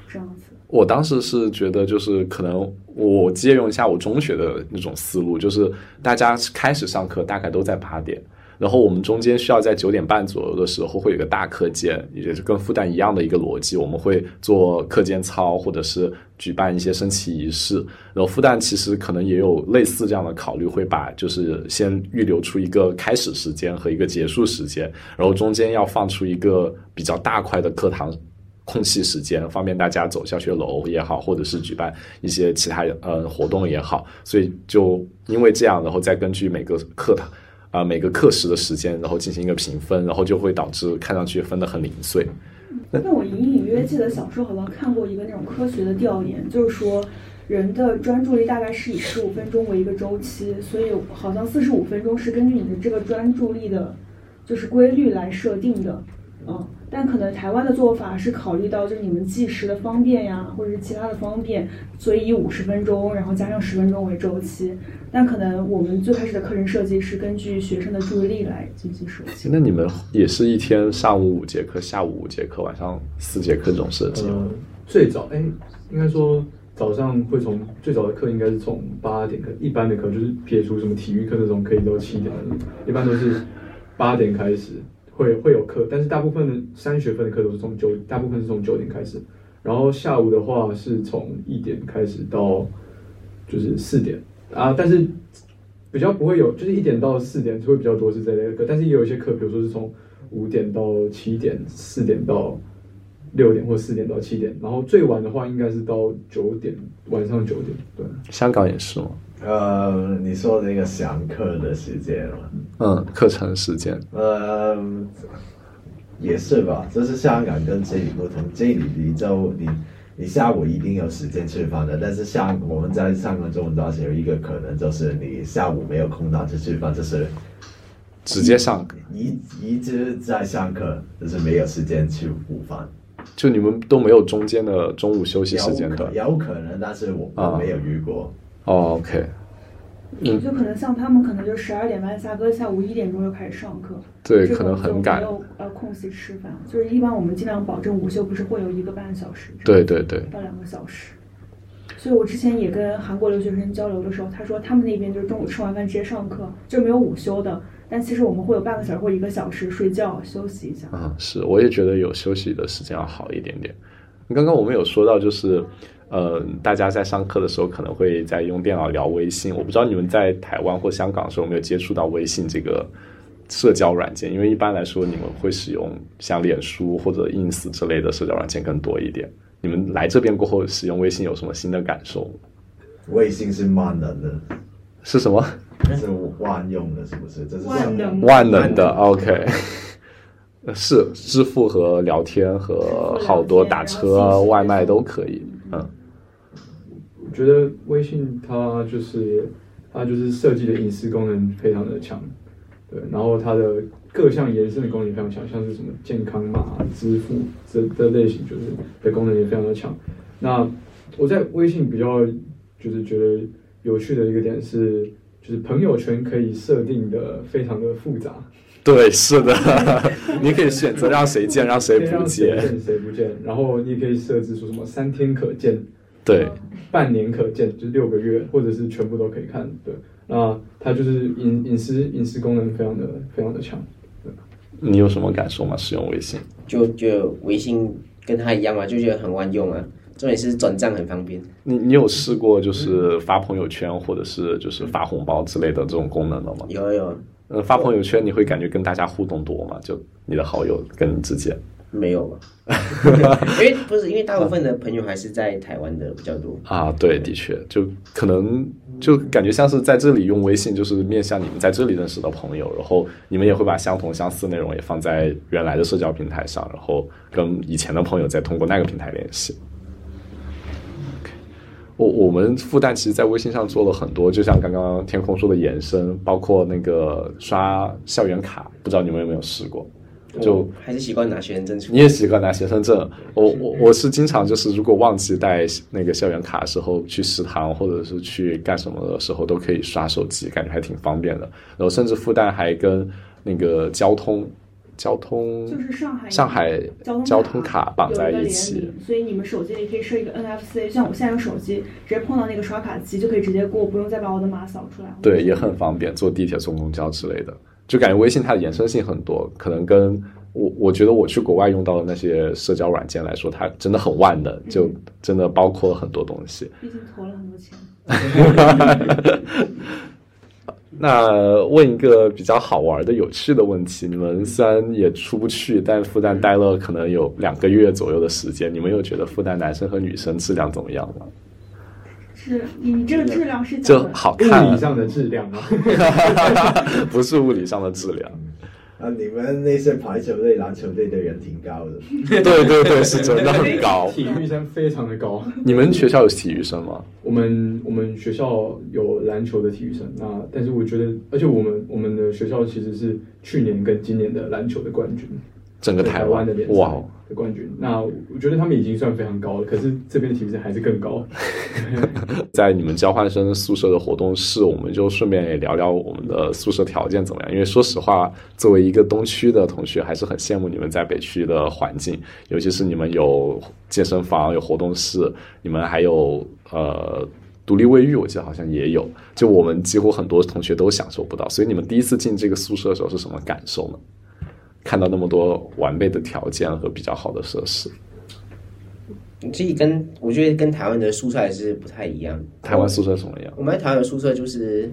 Speaker 5: 这样子。
Speaker 4: 我当时是觉得，就是可能我借用一下我中学的那种思路，就是大家开始上课大概都在八点，然后我们中间需要在九点半左右的时候会有一个大课间，也是跟复旦一样的一个逻辑，我们会做课间操或者是举办一些升旗仪式。然后复旦其实可能也有类似这样的考虑，会把就是先预留出一个开始时间和一个结束时间，然后中间要放出一个比较大块的课堂空隙时间，方便大家走教学楼也好，或者是举办一些其他呃活动也好，所以就因为这样，然后再根据每个课堂啊、每个课时的时间，然后进行一个评分，然后就会导致看上去分得很零碎。
Speaker 5: 那我隐隐约约记得小时候好像看过一个那种科学的调研，就是说人的专注力大概是以十五分钟为一个周期，所以好像四十五分钟是根据你的这个专注力的，就是规律来设定的。嗯，但可能台湾的做法是考虑到就是你们计时的方便呀，或者是其他的方便，所以以五十分钟，然后加上十分钟为周期。但可能我们最开始的课程设计是根据学生的注意力来进行设计。
Speaker 4: 那你们也是一天上午五节课，下午五节课，晚上四节课这种设计
Speaker 2: 嗯
Speaker 4: 吗？
Speaker 1: 呃，最早哎，应该说早上会从最早的课应该是从八点课，一般的课就是撇除什么体育课那种可以到七点的，一般都是八点开始会会有课，但是大部分的三学分的课都是从九，大部分是从九点开始，然后下午的话是从一点开始到就是四点啊，但是比较不会有，就是一点到四点会比较多是这类的课，但是也有一些课，比如说是从五点到七点，四点到六点或四点到七点，然后最晚的话应该是到九点，晚上九点，对。
Speaker 4: 香港也是吗？
Speaker 2: 呃，你说那个上课的时间吗？
Speaker 4: 嗯，课程时间
Speaker 2: 呃，也是吧，就是香港跟这里不同，这里你就你你下午一定有时间吃饭的，但是像我们在上个中文大学有一个可能就是你下午没有空档去吃饭，就是
Speaker 4: 直接上课，
Speaker 2: 一一直在上课，就是没有时间去午饭。
Speaker 4: 就你们都没有中间的中午休息时间段。
Speaker 2: 有可有可能，但是我
Speaker 4: 啊
Speaker 2: 我没有遇过。
Speaker 4: 哦，OK，嗯
Speaker 5: 就可能像他们可能就十二点半下课，下午一点钟就开始上课，
Speaker 4: 对，
Speaker 5: 这
Speaker 4: 可能
Speaker 5: 种就
Speaker 4: 很赶
Speaker 5: 没。有呃空隙吃饭，就是一般我们尽量保证午休不是会有一个半小时，
Speaker 4: 对对对，
Speaker 5: 到两个小时。所以我之前也跟韩国留学生交流的时候，他说他们那边就是中午吃完饭直接上课，就没有午休的。但其实我们会有半个小时或一个小时睡觉休息一下。
Speaker 4: 嗯，是，我也觉得有休息的时间要好一点点。刚刚我们有说到，就是，呃，大家在上课的时候可能会在用电脑聊微信，我不知道你们在台湾或香港的时候有没有接触到微信这个社交软件，因为一般来说你们会使用像脸书或者 ins 之类的社交软件更多一点。你们来这边过后使用微信有什么新的感受吗？
Speaker 2: 微信是万能的，
Speaker 4: 是什么？
Speaker 2: 是万用的，是不是？这是
Speaker 5: 万能
Speaker 4: 万能的，OK。呃是支付和聊天和好多打车、啊外卖都可以。嗯，
Speaker 1: 我觉得微信它就是它就是设计的隐私功能非常的强，对，然后它的各项延伸的功能也非常强，像是什么健康码、支付这这类型，就是的功能也非常的强。那我在微信比较就是觉得有趣的一个点是，就是朋友圈可以设定的非常的复杂，
Speaker 4: 对，是的， 你可以选择让谁见，让谁
Speaker 1: 可以
Speaker 4: 不
Speaker 1: 让谁
Speaker 4: 见。
Speaker 1: 见谁不见，然后你也可以设置出什么三天可见，
Speaker 4: 对，
Speaker 1: 半年可见，就是六个月，或者是全部都可以看。对，那它就是隐隐私隐私功能非常的非常的强。
Speaker 4: 你有什么感受吗？使用微信？
Speaker 3: 就就微信跟它一样嘛，就觉得很万用啊。重点是转账很方便，
Speaker 4: 你你有试过就是发朋友圈或者是就是发红包之类的这种功能了吗？
Speaker 3: 有有
Speaker 4: 嗯，发朋友圈你会感觉跟大家互动多吗？就你的好友跟你之间？
Speaker 3: 没有吧？ 因为不是因为大部分的朋友还是在台湾的比较多，
Speaker 4: 啊，对，的确，就可能就感觉像是在这里用微信，就是面向你们在这里认识的朋友，然后你们也会把相同相似内容也放在原来的社交平台上，然后跟以前的朋友再通过那个平台联系。我我们复旦其实，在微信上做了很多，就像刚刚天空说的延伸，包括那个刷校园卡，不知道你们有没有试过？就
Speaker 3: 我还是习惯拿学生证出
Speaker 4: 你。也习惯拿学生证，我我我是经常就是如果忘记带那个校园卡的时候，去食堂或者是去干什么的时候都可以刷手机，感觉还挺方便的。然后甚至复旦还跟那个交通交通
Speaker 5: 就是上海
Speaker 4: 上海
Speaker 5: 交
Speaker 4: 交
Speaker 5: 通
Speaker 4: 通卡绑在一
Speaker 5: 有个
Speaker 4: 起
Speaker 5: 联，名所以你们手机里可以设一个 NFC，像我现在有手机，直接碰到那个刷卡机就可以直接过，不用再把我的码扫出来。
Speaker 4: 对，也很方便，坐地铁、坐公交之类的。就感觉微信它的延伸性很多，可能跟我我觉得我去国外用到的那些社交软件来说，它真的很万
Speaker 5: 嗯
Speaker 4: 能，就真的包括了很多东西。
Speaker 5: 毕竟投了很多钱。
Speaker 4: 那问一个比较好玩的、有趣的问题：你们虽然也出不去，但复旦待了可能有两个月左右的时间，你们有觉得复旦男生和女生质量怎么样吗？
Speaker 5: 是你这个质量是假
Speaker 4: 就
Speaker 5: 的，
Speaker 4: 好
Speaker 1: 物
Speaker 4: 看
Speaker 1: 理，上的质量啊，
Speaker 4: 不是物理上的质量。
Speaker 2: 啊，你们那些排球队、篮球队的人挺高的，
Speaker 4: 对对对，是真 的很高。
Speaker 1: 体育生非常的高。
Speaker 4: 你们学校有体育生吗？
Speaker 1: 我们我们学校有篮球的体育生，那但是我觉得，而且我们我们的学校其实是去年跟今年的篮球的冠军，
Speaker 4: 整个台
Speaker 1: 湾
Speaker 4: 湾
Speaker 1: 的联赛
Speaker 4: 哇哦，
Speaker 1: 的冠军。那我觉得他们已经算非常高了，可是这边其实还是更高。
Speaker 4: 在你们交换生宿舍的活动室，我们就顺便也聊聊我们的宿舍条件怎么样。因为说实话，作为一个东区的同学，还是很羡慕你们在北区的环境，尤其是你们有健身房、有活动室，你们还有呃独立卫浴，我记得好像也有。就我们几乎很多同学都享受不到。所以你们第一次进这个宿舍的时候是什么感受呢？看到那么多完备的条件和比较好的设施，
Speaker 3: 自己跟我觉得跟台湾的宿舍还是不太一样。
Speaker 4: 台湾宿舍什么样？
Speaker 3: 我们在台湾的宿舍就是，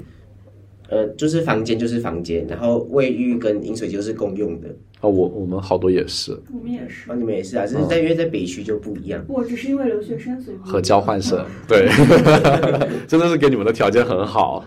Speaker 3: 呃，就是房间就是房间，然后卫浴跟饮水机都是共用的。
Speaker 4: 啊、我我们好多也是。
Speaker 5: 我们也是，
Speaker 3: 那、你们也是啊，只
Speaker 4: 哦
Speaker 3: 是在约在北区就不一样。
Speaker 5: 我只是因为留学生所以
Speaker 4: 和交换生，对， 真的是给你们的条件很好。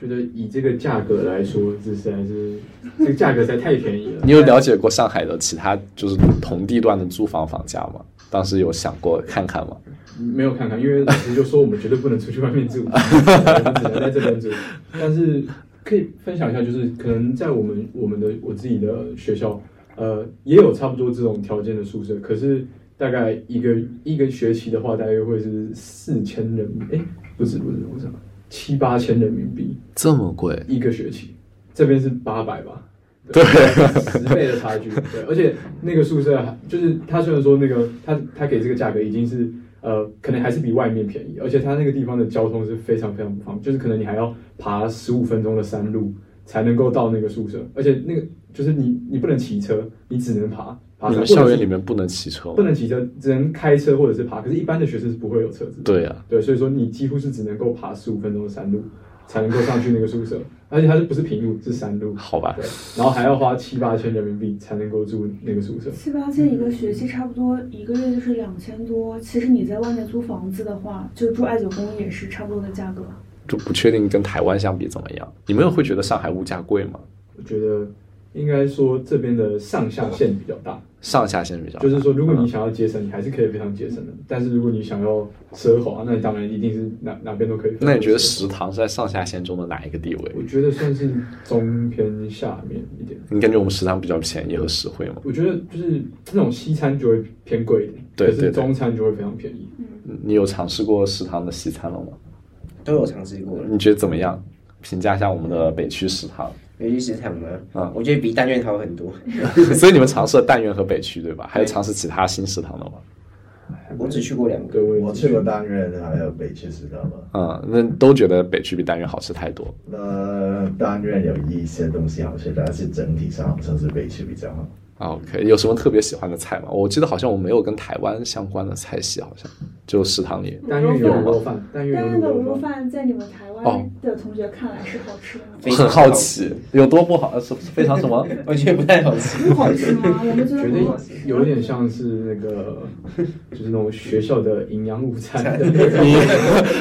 Speaker 1: 觉得以这个价格来说，这实在是这个价格实在太便宜了。
Speaker 4: 你有了解过上海的其他就是同地段的租房房价吗？当时有想过看看吗？
Speaker 1: 没有看看，因为老师就说我们绝对不能出去外面 住，我们只能在这边住。但是可以分享一下，就是可能在我们我们的我自己的学校，呃，也有差不多这种条件的宿舍，可是大概一个一个学期的话，大约会是四千人民，哎，不是不是，我想七八千人民币
Speaker 4: 这么贵，
Speaker 1: 一个学期，这边是八百吧。
Speaker 4: 对，
Speaker 1: 十倍的差距。对，而且那个宿舍还就是他虽然说那个他他给这个价格已经是呃，可能还是比外面便宜，而且他那个地方的交通是非常非常不方便，就是可能你还要爬十五分钟的山路才能够到那个宿舍，而且那个就是你你不能骑车，你只能爬爬山，
Speaker 4: 你们
Speaker 1: 或
Speaker 4: 校
Speaker 1: 者
Speaker 4: 园里
Speaker 1: 是
Speaker 4: 面啊不能骑车吗
Speaker 1: 不能骑车，只能开车或者是爬。可是，一般的学生是不会有车子的。
Speaker 4: 对啊，
Speaker 1: 对，所以说你几乎是只能够爬十五分钟的山路才能够上去那个宿舍，而且它是不是平路是山路，
Speaker 4: 好吧
Speaker 1: 对，然后还要花七八千人民币才能够住那个宿舍。
Speaker 5: 七八千一个学期，差不多一个月就是两千多。其实你在外面租房子的话，就住艾九公寓也是差不多的价格。
Speaker 4: 就不确定跟台湾相比怎么样。你们会觉得上海物价贵吗？
Speaker 1: 我觉得应该说这边的上下限比较大，
Speaker 4: 上下限比较大，
Speaker 1: 就是说如果你
Speaker 4: 嗯
Speaker 1: 想要节省，你还是可以非常节省的；但是如果你想要奢华，那你当然一定是哪哪边都可以。
Speaker 4: 那你觉得？食堂是在上下限中的哪一个地位？
Speaker 1: 我觉得算是中偏下面一点。
Speaker 4: 你感觉我们食堂比较便宜和实惠吗？
Speaker 1: 我觉得就是那种西餐就会偏贵一点，
Speaker 4: 对
Speaker 1: 可是
Speaker 4: 对对
Speaker 1: 中餐就会非常便宜。
Speaker 4: 你有尝试过食堂的西餐了吗？
Speaker 3: 都有尝试过了。
Speaker 4: 你觉得怎么样？评价一下我们的北区食堂。
Speaker 3: 北区食堂呢，
Speaker 4: 嗯
Speaker 3: 啊我觉得比但愿好很多。
Speaker 4: 所以你们尝试了但愿和北区对吧？还有尝试其他新食堂的吗？
Speaker 3: 我只去过两 个，
Speaker 1: 对，我也
Speaker 2: 我去过当然还有北区食堂嘛。
Speaker 4: 嗯，那都觉得北区比但愿好吃太多。
Speaker 2: 那当然有一些东西好吃，但是整体上好像是北区比较好。
Speaker 4: 啊 OK，有什么特别喜欢的菜吗？我记得好像我没有跟台湾相关的菜系，好像就食堂里。
Speaker 1: 但愿有卤肉饭，但
Speaker 4: 嗯
Speaker 5: 但
Speaker 1: 愿
Speaker 5: 那
Speaker 1: 有
Speaker 5: 个
Speaker 1: 卤
Speaker 5: 卤肉
Speaker 1: 肉饭。
Speaker 5: 饭在你们台
Speaker 4: 哦
Speaker 5: 湾的同学看来是好吃 的吗？
Speaker 3: 非常
Speaker 4: 很好，奇有多不好，是非常什么？
Speaker 3: 我觉得不太好吃。
Speaker 5: 不好吃吗？我们觉得
Speaker 1: 觉
Speaker 5: 很好吃
Speaker 1: 得。有点像是那个，就是那种学校的营养午餐，
Speaker 4: 你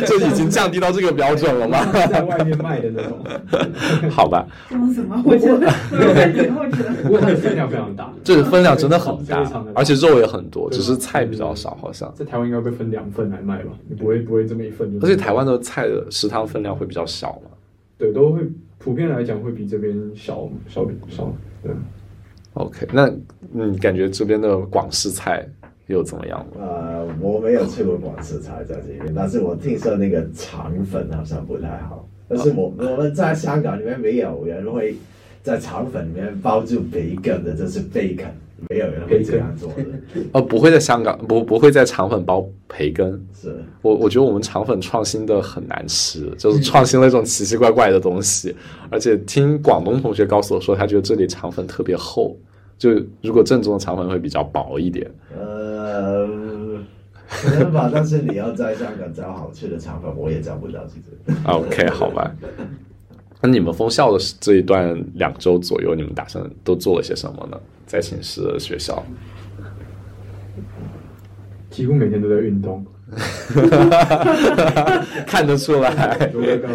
Speaker 4: 这已经降低到这个标准了吗？
Speaker 1: 在外面卖的那种。
Speaker 4: 好吧，
Speaker 5: 这种什么？我觉得卤肉饭挺好 吃的。
Speaker 1: 不过它的分量非常大，
Speaker 4: 这分量真的很大
Speaker 1: 非常的，大
Speaker 4: 而且肉也很多，
Speaker 1: 对
Speaker 4: 只是菜比较少，好像。
Speaker 1: 在台湾应该会分两份来卖吧？你不会不会这么一份就？
Speaker 4: 而且台湾的菜的食堂分量会比较小嘛。
Speaker 1: 对都会普遍来讲会比这边小小小。对，
Speaker 4: OK，那你感觉这边的广式菜又怎么样了？
Speaker 2: 呃，我没有吃过广式菜在这边，但是我听说那个肠粉好像不太好。但是我我们在香港里面没有人会在肠粉里面包住培根的，这是 bacon，没有人会这样做的。
Speaker 4: 呃，不会在香港，不不会在肠粉包培根。
Speaker 2: 是，
Speaker 4: 我我觉得我们肠粉创新的很难吃，就是创新了一种奇奇怪怪的东西。而且听广东同学告诉我说，他觉得这里肠粉特别厚，就如果正宗的肠粉会比较薄一点。
Speaker 2: 呃，可能吧。但是你要在香港找好吃的肠粉，我也找不到，其实。
Speaker 4: 啊 OK，好吧。那你们封校的这一段两周左右，你们打算都做了些什么呢？在寝室的学校，
Speaker 1: 几乎每天都在运动，
Speaker 4: 看得出 来，
Speaker 1: 读那个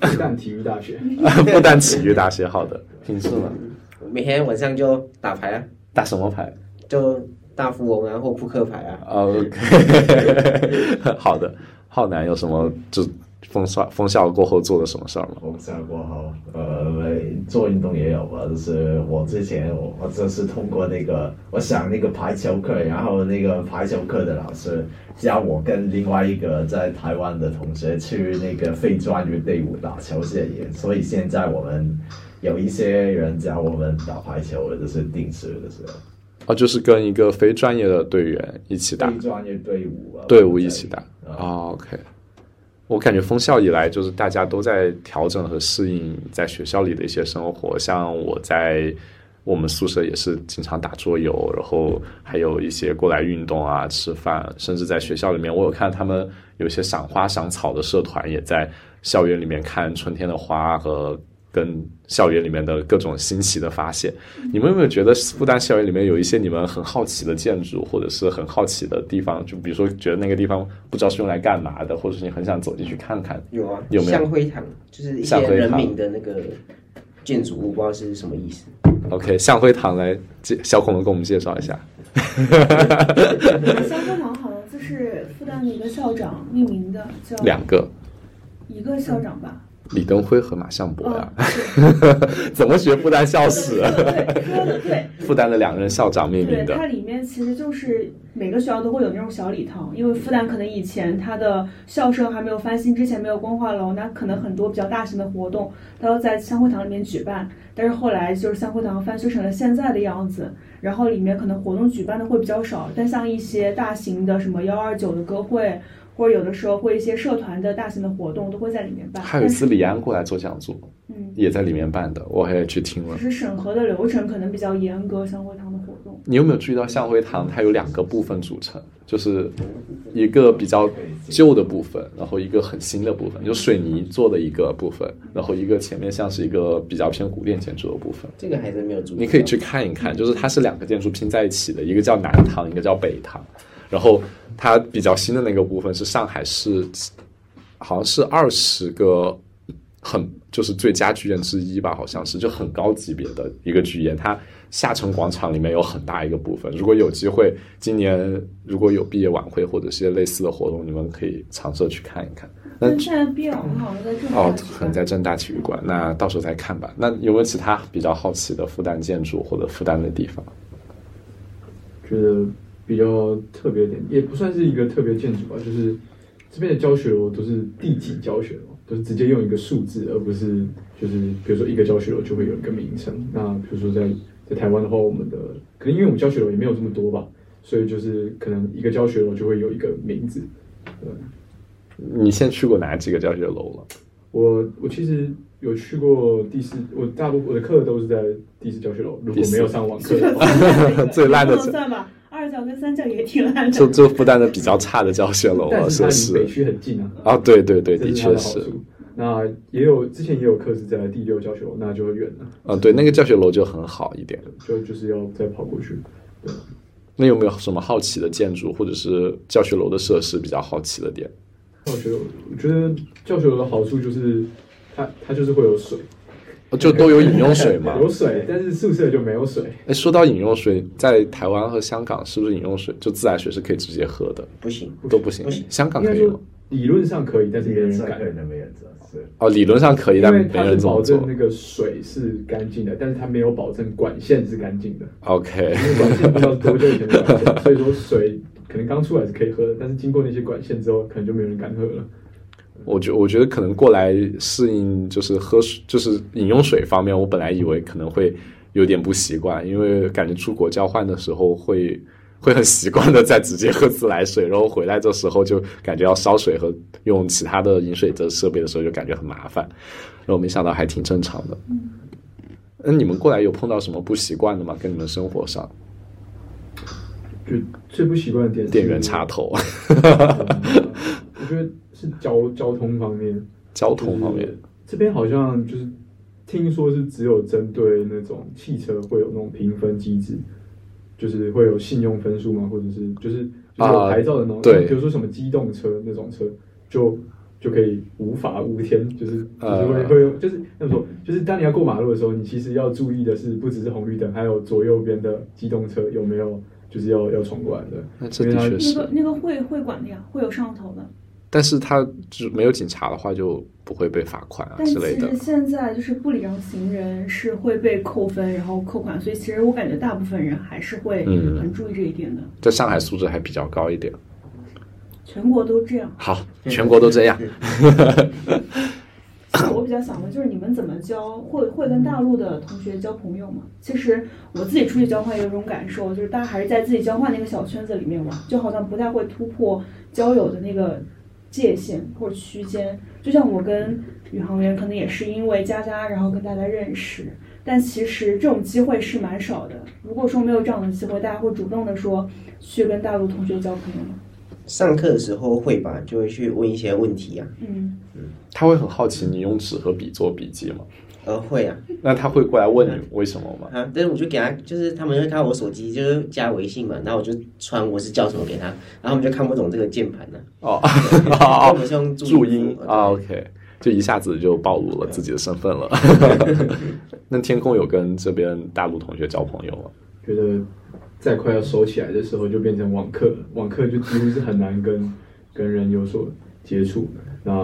Speaker 1: 复旦体育大学，
Speaker 4: 复旦体育大学好的。平时呢，
Speaker 3: 我每天晚上就打牌啊，
Speaker 4: 打什么牌？
Speaker 3: 就大富翁啊或扑克牌啊。
Speaker 4: OK，好的。浩南有什么就封校封校过后做了什么事儿吗？
Speaker 2: 我想过后，呃，做运动也有吧，就是我之前我我就是通过那个，我想那个排球课，然后那个排球课的老师教我跟另外一个在台湾的同学去那个非专业队伍打球谢也，所以现在我们有一些人教我们打排球，就是定时的时候，
Speaker 4: 哦，就是跟一个非专业的队员一起打
Speaker 2: 非专业队伍啊，
Speaker 4: 队伍一起打。
Speaker 2: 啊，
Speaker 4: 哦，OK。我感觉封校以来，就是大家都在调整和适应在学校里的一些生活。像我在我们宿舍也是经常打桌游，然后还有一些过来运动啊、吃饭，甚至在学校里面，我有看他们有些赏花赏草的社团也在校园里面看春天的花和跟校园里面的各种新奇的发现。
Speaker 5: 嗯
Speaker 4: 你们有没有觉得复旦校园里面有一些你们很好奇的建筑，或者是很好奇的地方？就比如说，觉得那个地方不知道是用来干嘛的，或者是你很想走进去看看。
Speaker 3: 有啊，
Speaker 4: 有没有
Speaker 3: 像灰堂就是一些
Speaker 4: 像灰堂
Speaker 3: 人民的那个建筑物，不知道是什么意思。
Speaker 4: OK，向辉堂来介，小恐龙给我们介绍一下。
Speaker 5: 香灰堂好像就是复旦的一个校长命名的，叫
Speaker 4: 两个，
Speaker 5: 一个校长吧。
Speaker 4: 李登辉和马向伯呀
Speaker 5: 哦，，
Speaker 4: 怎么学复旦校史？
Speaker 5: 对，说的对。
Speaker 4: 复旦的两任校长命
Speaker 5: 对，
Speaker 4: 名的
Speaker 5: 它。里面其实就是每个学校都会有那种小礼堂，因为复旦可能以前它的校舍还没有翻新，之前没有光化楼，那可能很多比较大型的活动，它都在香会堂里面举办。但是后来就是香会堂翻修成了现在的样子，然后里面可能活动举办的会比较少，但像一些大型的什么幺二九的歌会，或者有的时候会一些社团的大型的活动都会在里面办。
Speaker 4: 还有一次李安过来做讲座，
Speaker 5: 但是，嗯，
Speaker 4: 也在里面办的，我还去听了
Speaker 5: 只。是审核的流程可能比较严格，香会堂的活动。
Speaker 4: 你有没有注意到向辉堂它有两个部分组成，就是一个比较旧的部分，然后一个很新的部分，就水泥做的一个部分，然后一个前面像是一个比较偏古典建筑的部分。
Speaker 3: 这个还真没有注意到。
Speaker 4: 你可以去看一看，就是它是两个建筑拼在一起的，一个叫南堂，一个叫北堂。然后它比较新的那个部分是上海市，好像是二十个很就是最佳剧院之一吧，好像是就很高级别的一个剧院。它下城广场里面有很大一个部分。如果有机会，今年如果有毕业晚会或者是一些类似的活动，你们可以尝试去看一看。那
Speaker 5: 但现在毕业晚会好像在正
Speaker 4: 哦，可
Speaker 5: 很
Speaker 4: 能在正大体育馆，那到时候再看吧。那有没有其他比较好奇的复旦建筑或者复旦的地方？
Speaker 1: 觉得比较特别点，也不算是一个特别建筑吧，就是这边的教学楼都是地级教学楼，都是直接用一个数字，而不是就是比如说一个教学楼就会有一个名称。那比如说在在台湾的话，我们的可能因为我们教学楼也没有这么多吧，所以就是可能一个教学楼就会有一个名字。对，
Speaker 4: 你现在去过哪几个教学楼 了？
Speaker 1: 我我其实有去过第四，我大部分我的课都是在第四教学楼，如果没有上网课的话。
Speaker 4: 最烂的
Speaker 5: 不能 算吧，二教跟三教也挺烂
Speaker 4: 就
Speaker 5: 的。
Speaker 4: 就复旦的比较差的教学楼啊了，
Speaker 1: 但
Speaker 4: 是
Speaker 1: 是
Speaker 4: 不
Speaker 1: 它离北
Speaker 4: 是？
Speaker 1: 区很近啊。
Speaker 4: 啊，对对对，
Speaker 1: 这
Speaker 4: 的
Speaker 1: 是它
Speaker 4: 确
Speaker 1: 的好
Speaker 4: 是，
Speaker 1: 处。那也有之前也有课是在第六教学楼，那就会远了，
Speaker 4: 啊，对，那个教学楼就很好一点。
Speaker 1: 就就是要再跑过去。对，
Speaker 4: 那有没有什么好奇的建筑或者是教学楼的设施比较好奇的点？
Speaker 1: 教学楼，我觉得教学楼的好处就是它它就是会有水，
Speaker 4: 哦就都有饮用 水吗？
Speaker 1: 有水，但是宿舍就没有水。
Speaker 4: 哎，说到饮用水，在台湾和香港是不是饮用水就自来水是可以直接喝的？
Speaker 3: 不行，
Speaker 4: 都不行
Speaker 3: 不行，
Speaker 4: 香港
Speaker 1: 应
Speaker 4: 可
Speaker 1: 该
Speaker 4: 以吗
Speaker 1: 说？理论上可以，但是
Speaker 2: 这
Speaker 1: 没
Speaker 2: 个
Speaker 1: 人
Speaker 2: 是
Speaker 1: 敢
Speaker 2: 可。能没有做，是
Speaker 4: 哦，理论上可以，
Speaker 1: 因
Speaker 4: 但
Speaker 1: 为
Speaker 4: 没
Speaker 1: 它是
Speaker 4: 人这
Speaker 1: 保
Speaker 4: 么
Speaker 1: 证
Speaker 4: 做
Speaker 1: 那。个水是干净的，但是它没有保证管线是干净的。
Speaker 4: OK，
Speaker 1: 因为管线不知道多久以前的管线，所以说水可能刚出来是可以喝的，但是经过那些管线之后，可能就没有人敢喝了。
Speaker 4: 我觉我觉得可能过来适应就是喝水，就是饮用水方面，我本来以为可能会有点不习惯，因为感觉出国交换的时候会会很习惯的在直接喝自来水，然后回来的时候就感觉要烧水和用其他的饮水的设备的时候就感觉很麻烦，然后没想到还挺正常的。那你们过来有碰到什么不习惯的吗？跟你们生活上
Speaker 1: 就最不习惯的点是
Speaker 4: 电源插头、
Speaker 1: 嗯我觉得是交交通方面，
Speaker 4: 交通方面
Speaker 1: 就是，这边好像就是听说是只有针对那种汽车会有那种评分机制，就是会有信用分数吗？或者是就是就是有
Speaker 4: 啊
Speaker 1: 牌照的那种，
Speaker 4: 对
Speaker 1: 比如说什么机动车那种车就。就可以无法无天，就是就是会、
Speaker 4: 呃
Speaker 1: 会有就是那么说，就是当你要过马路的时候，你其实要注意的是，不只是红绿灯，还有左右边的机动车有没有就是要要闯过来的。
Speaker 4: 那这
Speaker 1: 因为
Speaker 4: 的
Speaker 1: 它
Speaker 4: 确
Speaker 5: 那
Speaker 4: 是
Speaker 5: 个。那个会会管的呀，会有上头的。
Speaker 4: 但是他就是没有警察的话就不会被罚款啊
Speaker 5: 但
Speaker 4: 之
Speaker 5: 其
Speaker 4: 类的
Speaker 5: 实。现在就是不礼让行人是会被扣分，然后扣款，所以其实我感觉大部分人还是会
Speaker 4: 嗯
Speaker 5: 很注意这一点的。
Speaker 4: 在上海素质还比较高一点。
Speaker 5: 全国都这样。
Speaker 4: 好，全国都这样。
Speaker 5: 其实 我比较想问，就是你们怎么交，会会跟大陆的同学交朋友吗？其实我自己出去交换也有一种感受，就是大家还是在自己交换那个小圈子里面玩，就好像不太会突破交友的那个界限或者区间。就像我跟宇航员，可能也是因为佳佳，然后跟大家认识，但其实这种机会是蛮少的。如果说没有这样的机会，大家会主动的说去跟大陆同学交朋友吗？
Speaker 3: 上课的时候会吧，就会去问一些问题啊，
Speaker 5: 嗯，
Speaker 4: 他会很好奇你用纸和笔做笔记吗？
Speaker 3: 呃，会啊，
Speaker 4: 那他会过来问你为什么吗？
Speaker 3: 啊，但是我就给他，就是他们会看我手机，就是加微信嘛，然后我就传我是叫什么给他，然后他们就看不懂这个键盘 了、
Speaker 4: 哦，
Speaker 3: 啊，我们是用
Speaker 4: 注音
Speaker 3: 音
Speaker 4: 啊，，OK，就一下子就暴露了自己的身份 了。那天空有跟这边大陆同学交朋友吗？
Speaker 1: 觉得在快要收起来的时候，就变成网课了，网课就几乎是很难跟跟人有所接触。那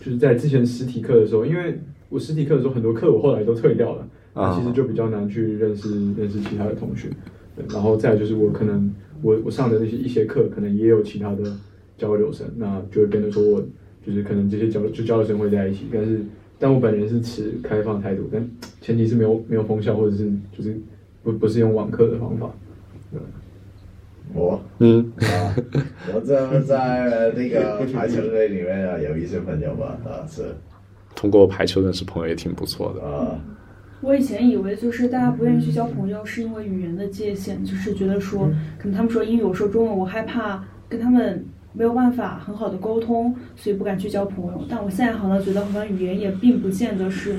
Speaker 1: 就是在之前实体课的时候，因为我实体课的时候很多课我后来都退掉了，
Speaker 4: 啊
Speaker 1: 那其实就比较难去认识认识其他的同学。对然后再来就是我可能我我上的那些一些课，可能也有其他的交流生，那就会变得说我就是可能这些交就交流生会在一起，但是但我本人是持开放态度，但前提是没有没有封校或者是就是不不是用网课的方法。
Speaker 2: 我
Speaker 4: 嗯，
Speaker 2: 啊，我就在呃那个排球队里面啊，有一些朋友吧，啊是
Speaker 4: 通过排球认识朋友也挺不错的。
Speaker 2: 啊，
Speaker 5: 我以前以为就是大家不愿意去交朋友，是因为语言的界限，就是觉得说，可能他们说英语，我说中文，我害怕跟他们没有办法很好的沟通，所以不敢去交朋友。但我现在好像觉得，好像语言也并不见得是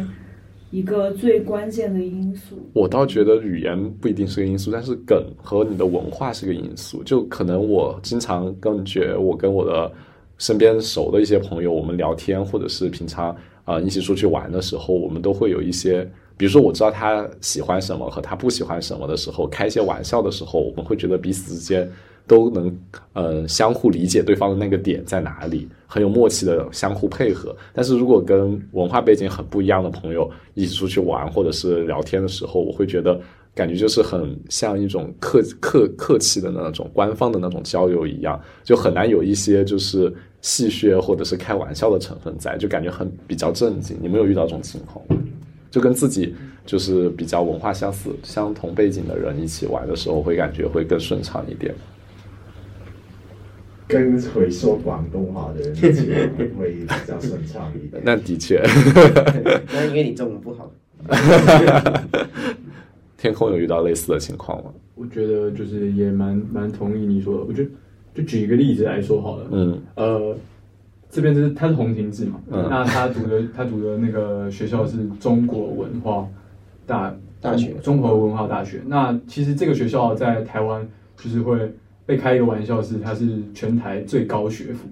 Speaker 5: 一个最关键的因素。
Speaker 4: 我倒觉得语言不一定是个因素，但是梗和你的文化是个因素。就可能我经常感觉我跟我的身边熟的一些朋友，我们聊天或者是平常啊、呃一起出去玩的时候，我们都会有一些，比如说我知道他喜欢什么和他不喜欢什么的时候，开一些玩笑的时候，我们会觉得彼此之间都能呃相互理解对方的那个点在哪里，很有默契的相互配合。但是如果跟文化背景很不一样的朋友一起出去玩或者是聊天的时候，我会觉得感觉就是很像一种客客客气的那种官方的那种交流一样，就很难有一些就是戏谑或者是开玩笑的成分在，就感觉很比较正经。你们有遇到这种情况吗？就跟自己就是比较文化相似、相同背景的人一起玩的时候，会感觉会更顺畅一点。
Speaker 2: 跟会说广东话的人一起玩会比较顺畅一点。
Speaker 4: 那的确，
Speaker 3: 那因为你中文不好，
Speaker 4: 天空有遇到类似的情况吗？
Speaker 1: 我觉得就是也蛮蛮同意你说的。我就就举一个例子来说好了，
Speaker 4: 嗯
Speaker 1: 呃，这边就是他是红亭制嘛，
Speaker 4: 嗯
Speaker 1: 那他读的他读的那个学校是中国文化大
Speaker 3: 大学
Speaker 1: 中国文化大学。那其实这个学校在台湾就是会被开一个玩笑，是它是全台最高学府。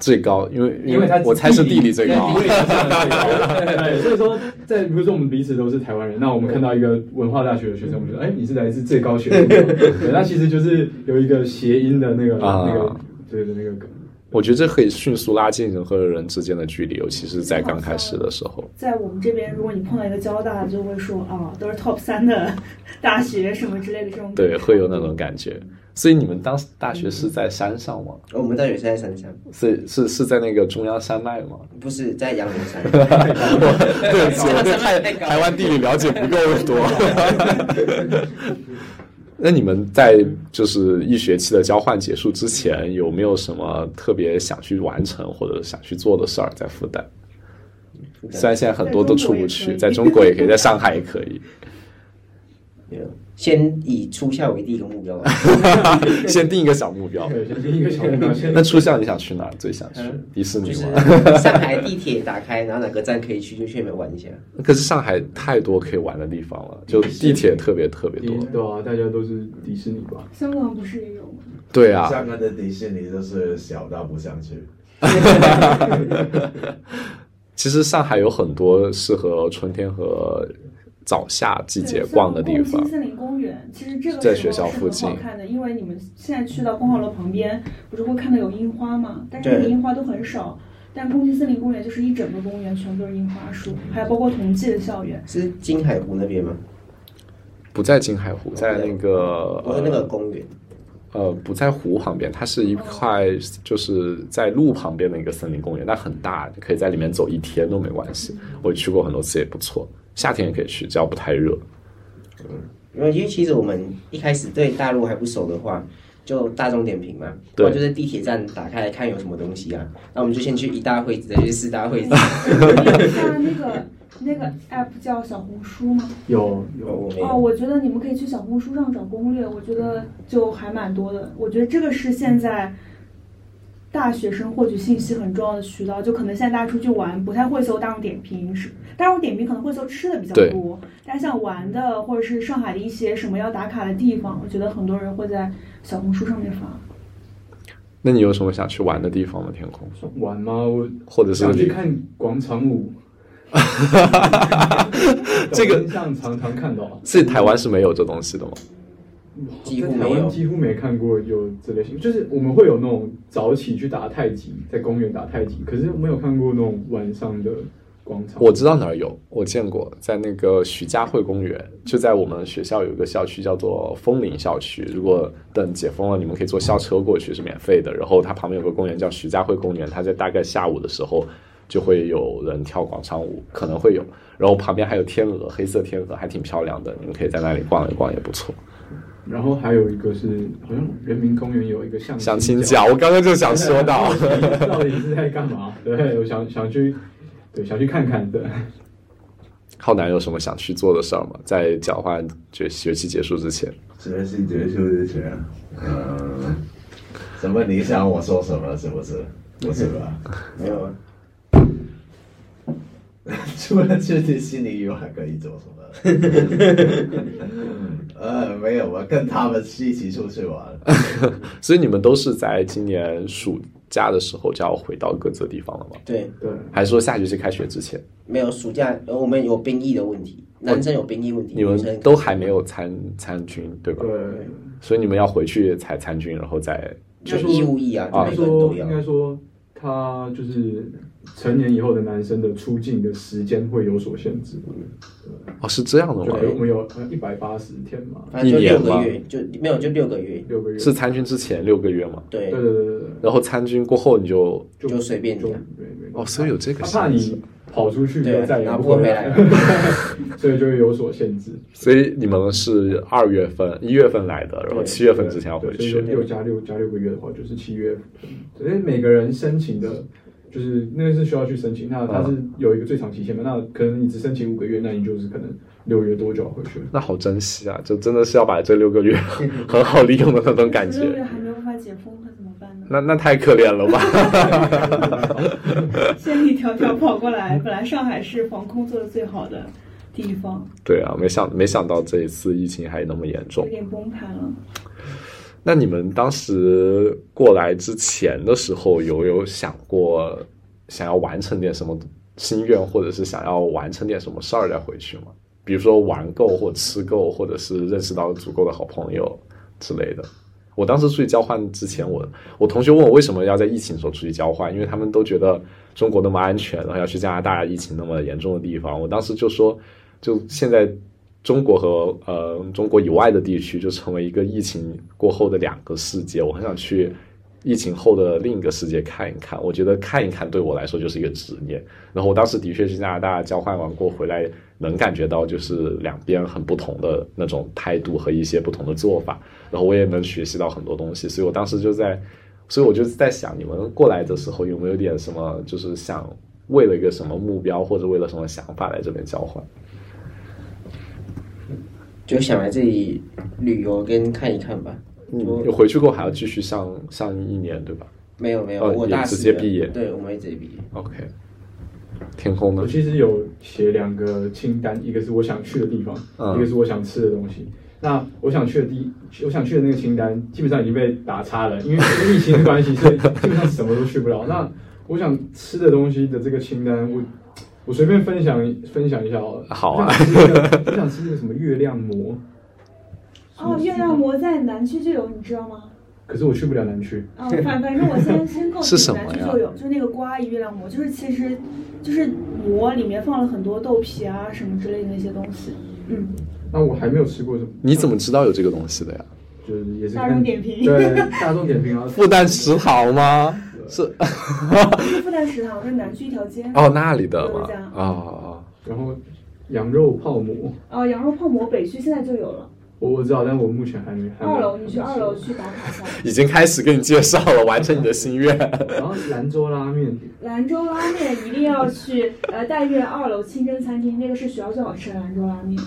Speaker 4: 最高，因为
Speaker 1: 因为它
Speaker 4: 我猜是地理最高
Speaker 1: 对地理上最高。 对，所以说，在比如说我们彼此都是台湾人，那我们看到一个文化大学的学生，我们
Speaker 4: 嗯
Speaker 1: 就说，哎，你是来自最高学府， 对，那其实就是有一个谐音的那个
Speaker 4: 啊
Speaker 1: 那个对的那个梗。
Speaker 4: 我觉得这可以迅速拉近人和人之间的距离，尤其是在刚开始的时候。
Speaker 5: 在我们这边，如果你碰到一个交大，就会说啊，都是 top 三的 大学什么之类的这种。
Speaker 4: 对，会有那种感觉。所以你们当时大学是在山上吗？
Speaker 3: 哦我们大学是在山上，
Speaker 4: 是是是在那个中央山脉 吗？
Speaker 3: 不是在阳明山，
Speaker 4: 对不起，我对台台湾地理了解不够多。 那你们在就是一学期的交换结束之前，有没有什么特别想去完成或者想去做的事儿在复旦？虽然现在很多都出不去，在
Speaker 5: 在
Speaker 4: 中
Speaker 5: 中
Speaker 4: 国
Speaker 5: 国
Speaker 4: 也
Speaker 5: 也
Speaker 4: 可
Speaker 5: 可
Speaker 4: 以，
Speaker 5: 以
Speaker 4: 在上海也可 以，
Speaker 3: 对先以出校为第一个目标吧。啊
Speaker 4: 先定一个小目标。
Speaker 1: 对，先第一个小目标，先
Speaker 4: 那出校你想去哪儿？最想去迪士尼
Speaker 3: 就是
Speaker 4: 吗？
Speaker 3: 上海地铁打开，然后哪个站可以去就去那边玩一下。
Speaker 4: 可是上海太多可以玩的地方了，就地铁特别特别
Speaker 1: 迪
Speaker 4: 多。
Speaker 1: 对啊，大家都是迪士尼吧？
Speaker 5: 香港不是也有吗？
Speaker 4: 对啊，
Speaker 2: 香港的迪士尼就是小到不想去，
Speaker 4: 其实上海有很多适合春天和早夏季
Speaker 5: 对
Speaker 4: 节
Speaker 5: 像
Speaker 4: 逛的地
Speaker 5: 共
Speaker 4: 方
Speaker 5: 青。森林公园，其实这个
Speaker 4: 在
Speaker 5: 时
Speaker 4: 学
Speaker 5: 候
Speaker 4: 校
Speaker 5: 是
Speaker 4: 附
Speaker 5: 很好
Speaker 4: 近
Speaker 5: 看的，因为你们现在去到光华楼旁边，不是会看到有樱花嘛？但是那个
Speaker 3: 对
Speaker 5: 樱花都很少。但共青森林公园就是一整个公园全都是樱花树，还有包括同济的校 园。
Speaker 3: 是金海湖那边吗？
Speaker 4: 不在金海湖，在那个
Speaker 3: 我
Speaker 4: 呃
Speaker 3: 是那个公园，
Speaker 4: 呃不在湖旁边，它是一块就是在路旁边的一个森林公园，但很大，你可以在里面走一天都没关系。我去过很多次，也不错，夏天也可以去，只要不太热。
Speaker 3: 因为因为其实我们一开始对大陆还不熟的话，就大众点评嘛，
Speaker 4: 对
Speaker 3: 或者就是地铁站打开来看有什么东西啊，那我们就先去一大会子，再去四大会子。
Speaker 5: 像那个那个 app 叫小红书吗？
Speaker 1: 有
Speaker 3: 我
Speaker 1: 有
Speaker 3: 我没
Speaker 5: 哦，
Speaker 3: 有，
Speaker 5: 我觉得你们可以去小红书上找攻略，我觉得就还蛮多的。我觉得这个是现在大学生获取信息很重要的渠道，就可能现在大家出去玩不太会搜大众点评，是大众点评可能会搜吃的比较
Speaker 4: 对
Speaker 5: 多，但像玩的或者是上海的一些什么要打卡的地方，我觉得很多人会在小红书上面发。
Speaker 4: 那你有什么想去玩的地方吗？天空，
Speaker 1: 玩吗？我
Speaker 4: 或者是
Speaker 1: 想去
Speaker 4: 你
Speaker 1: 看广场 舞。
Speaker 4: 这个
Speaker 1: 上常常看到，啊
Speaker 4: 自己台湾是没有这东西的吗？
Speaker 3: 几乎
Speaker 1: 在台
Speaker 3: 没有
Speaker 1: 湾几乎没看过有这类型，就是我们会有那种早起去打太极，在公园打太极，可是没有看过那种晚上的广场。
Speaker 4: 我知道哪儿有，我见过，在那个徐家汇公园，就在我们学校有一个校区叫做枫林校区。如果等解封了，你们可以坐校车过去，是免费的。然后它旁边有个公园叫徐家汇公园，它在大概下午的时候就会有人跳广场舞，可能会有。然后旁边还有天鹅，黑色天鹅还挺漂亮的，你们可以在那里逛一逛，也不错。
Speaker 1: 然后还有一个是，好像人民公园有一个相
Speaker 4: 相
Speaker 1: 亲
Speaker 4: 亲角，我刚刚就想 说到。
Speaker 1: 到底是在干嘛？ 对，我想想去，对，想去看看的。
Speaker 4: 浩南有什么想去做的事儿吗？在交换学学期结束之前，
Speaker 2: 学习结束之前，嗯，什么你想我说什么是不是？不是 吧？
Speaker 3: 没有啊，
Speaker 2: 除了自己心里有还可以做什么？ 呃，没有，我跟他们一起出去玩。
Speaker 4: 所以你们都是在今年暑假的时候就要回到各自的地方了吗？
Speaker 3: 对，
Speaker 1: 对，
Speaker 4: 还是说下学期开学之前，
Speaker 3: 没有暑假，呃我们有兵役的问题，男生有兵役问题，
Speaker 4: 哦你
Speaker 3: 女生
Speaker 4: 们都还没有参参军，对吧？
Speaker 1: 对，
Speaker 4: 所以你们要回去才参军，然后再
Speaker 3: 就义务役啊，就
Speaker 4: 哦
Speaker 1: 应该
Speaker 3: 每个人都
Speaker 1: 说，
Speaker 3: 要
Speaker 1: 应。该说，他就是成年以后的男生的出境的时间会有所限制。
Speaker 4: 哦，是这样的
Speaker 1: 就
Speaker 4: 吗
Speaker 1: 可？能我们有呃一百八十天嘛，
Speaker 3: 反正就
Speaker 4: 一年
Speaker 3: 六个
Speaker 4: 吗
Speaker 3: 月，就没有就六个月，
Speaker 1: 六个月。
Speaker 4: 是参军之前六个月吗？
Speaker 1: 对
Speaker 3: 对，
Speaker 1: 对对对对。
Speaker 4: 然后参军过后你就
Speaker 1: 就
Speaker 3: 就随便你
Speaker 1: 就
Speaker 3: 啊
Speaker 1: 没没
Speaker 4: 哦，所以有这个
Speaker 1: 他
Speaker 4: 限
Speaker 1: 怕
Speaker 4: 制
Speaker 1: 你跑出去
Speaker 3: 对啊
Speaker 1: 就再也
Speaker 3: 拿不
Speaker 1: 回
Speaker 3: 回
Speaker 1: 来
Speaker 3: 来，
Speaker 1: 所以就会有所限 制。
Speaker 4: 所以你们是二月份、一月份来的，然后七月份之前要回
Speaker 1: 对所以
Speaker 4: 去。
Speaker 1: 六加六加六个月的话，就是七月份。所以每个人申请的，就是那个是需要去申请，那
Speaker 4: 啊
Speaker 1: 它是有一个最长期限嘛？那可能你只申请五个月，那你就是可能六月多就要回去了。
Speaker 4: 那好珍惜啊，就真的是要把这六个月 很好利用的那种感
Speaker 5: 六 月
Speaker 4: 觉。
Speaker 5: 还没有办法解封，可怎么办呢？
Speaker 4: 那那太可怜了吧？
Speaker 5: 千里迢迢跑过来，本来上海是防控做的最好的地方，
Speaker 4: 对啊，没想没想到这一次疫情还那么严重
Speaker 5: 有。点崩盘了。
Speaker 4: 那你们当时过来之前的时候，有有想过想要完成点什么心愿，或者是想要完成点什么事儿再回去吗？比如说玩够，或吃够，或者是认识到足够的好朋友之类的。我当时出去交换之前，我我同学问我为什么要在疫情的时候出去交换，因为他们都觉得中国那么安全，然后要去加拿大疫情那么严重的地方。我当时就说，就现在中国和呃中国以外的地区就成为一个疫情过后的两个世界。我很想去疫情后的另一个世界看一看，我觉得看一看对我来说就是一个执念。然后我当时的确去加拿大交换完过回来，能感觉到就是两边很不同的那种态度和一些不同的做法，然后我也能学习到很多东西。所以我当时就在， 所以我就在想，你们过来的时候有没有点什么，就是想为了一个什么目标或者为了什么想法来这边交换？
Speaker 3: 就想来这里旅游跟看一看吧。
Speaker 4: 你回去过还要继续上上一年对吧
Speaker 3: 没有没有，
Speaker 4: 哦
Speaker 3: 我
Speaker 4: 也
Speaker 3: 大
Speaker 4: 直
Speaker 3: 四
Speaker 4: 接
Speaker 3: 了
Speaker 4: 毕业
Speaker 3: 对，我们会直接毕业。
Speaker 4: ？OK，天空呢
Speaker 1: 我？其实有写两个清单，一个是我想去的地方，
Speaker 4: 嗯
Speaker 1: 一个是我想吃的东西。那我想去的地，我想去的那个清单基本上已经被打叉了，因为因为疫情的关系，所以基本上什么都去不了。那我想吃的东西的这个清单，我我随便分享分享一下好了。
Speaker 4: 好啊
Speaker 1: 我想吃那个，我想吃那个什么月亮馍，
Speaker 5: 哦，月亮馍在南区就有，你知道吗？
Speaker 1: 可是我去不了南区。
Speaker 5: 哦，反反正我先先购
Speaker 4: 是什么
Speaker 5: 南
Speaker 4: 呀
Speaker 5: 区就有，就是那个瓜与月亮馍，就是其实就是馍里面放了很多豆皮啊什么之类的那些东西。嗯，
Speaker 1: 那我还没有吃过什么，
Speaker 4: 你怎么知道有这个东西的呀？
Speaker 1: 就是也是
Speaker 5: 大
Speaker 1: 看
Speaker 5: 众点评
Speaker 1: 对大众点评啊，
Speaker 4: 复旦食堂吗？是
Speaker 5: 不是 复旦食堂，是南区一条街。
Speaker 4: 哦，那里的吗
Speaker 5: 我们家？
Speaker 4: 哦，
Speaker 1: 然后羊肉泡馍，
Speaker 5: 哦，羊肉泡馍北区现在就有了，
Speaker 1: 我我知道，但我目前还没。还没
Speaker 5: 二楼你去二楼。去打卡一下。
Speaker 4: 已经开始给你介绍了，完成你的心愿。
Speaker 1: 然后兰州拉面，
Speaker 5: 兰州拉面一定要去，呃，戴月二楼清真餐厅，那个是学校最好吃的兰州拉 面。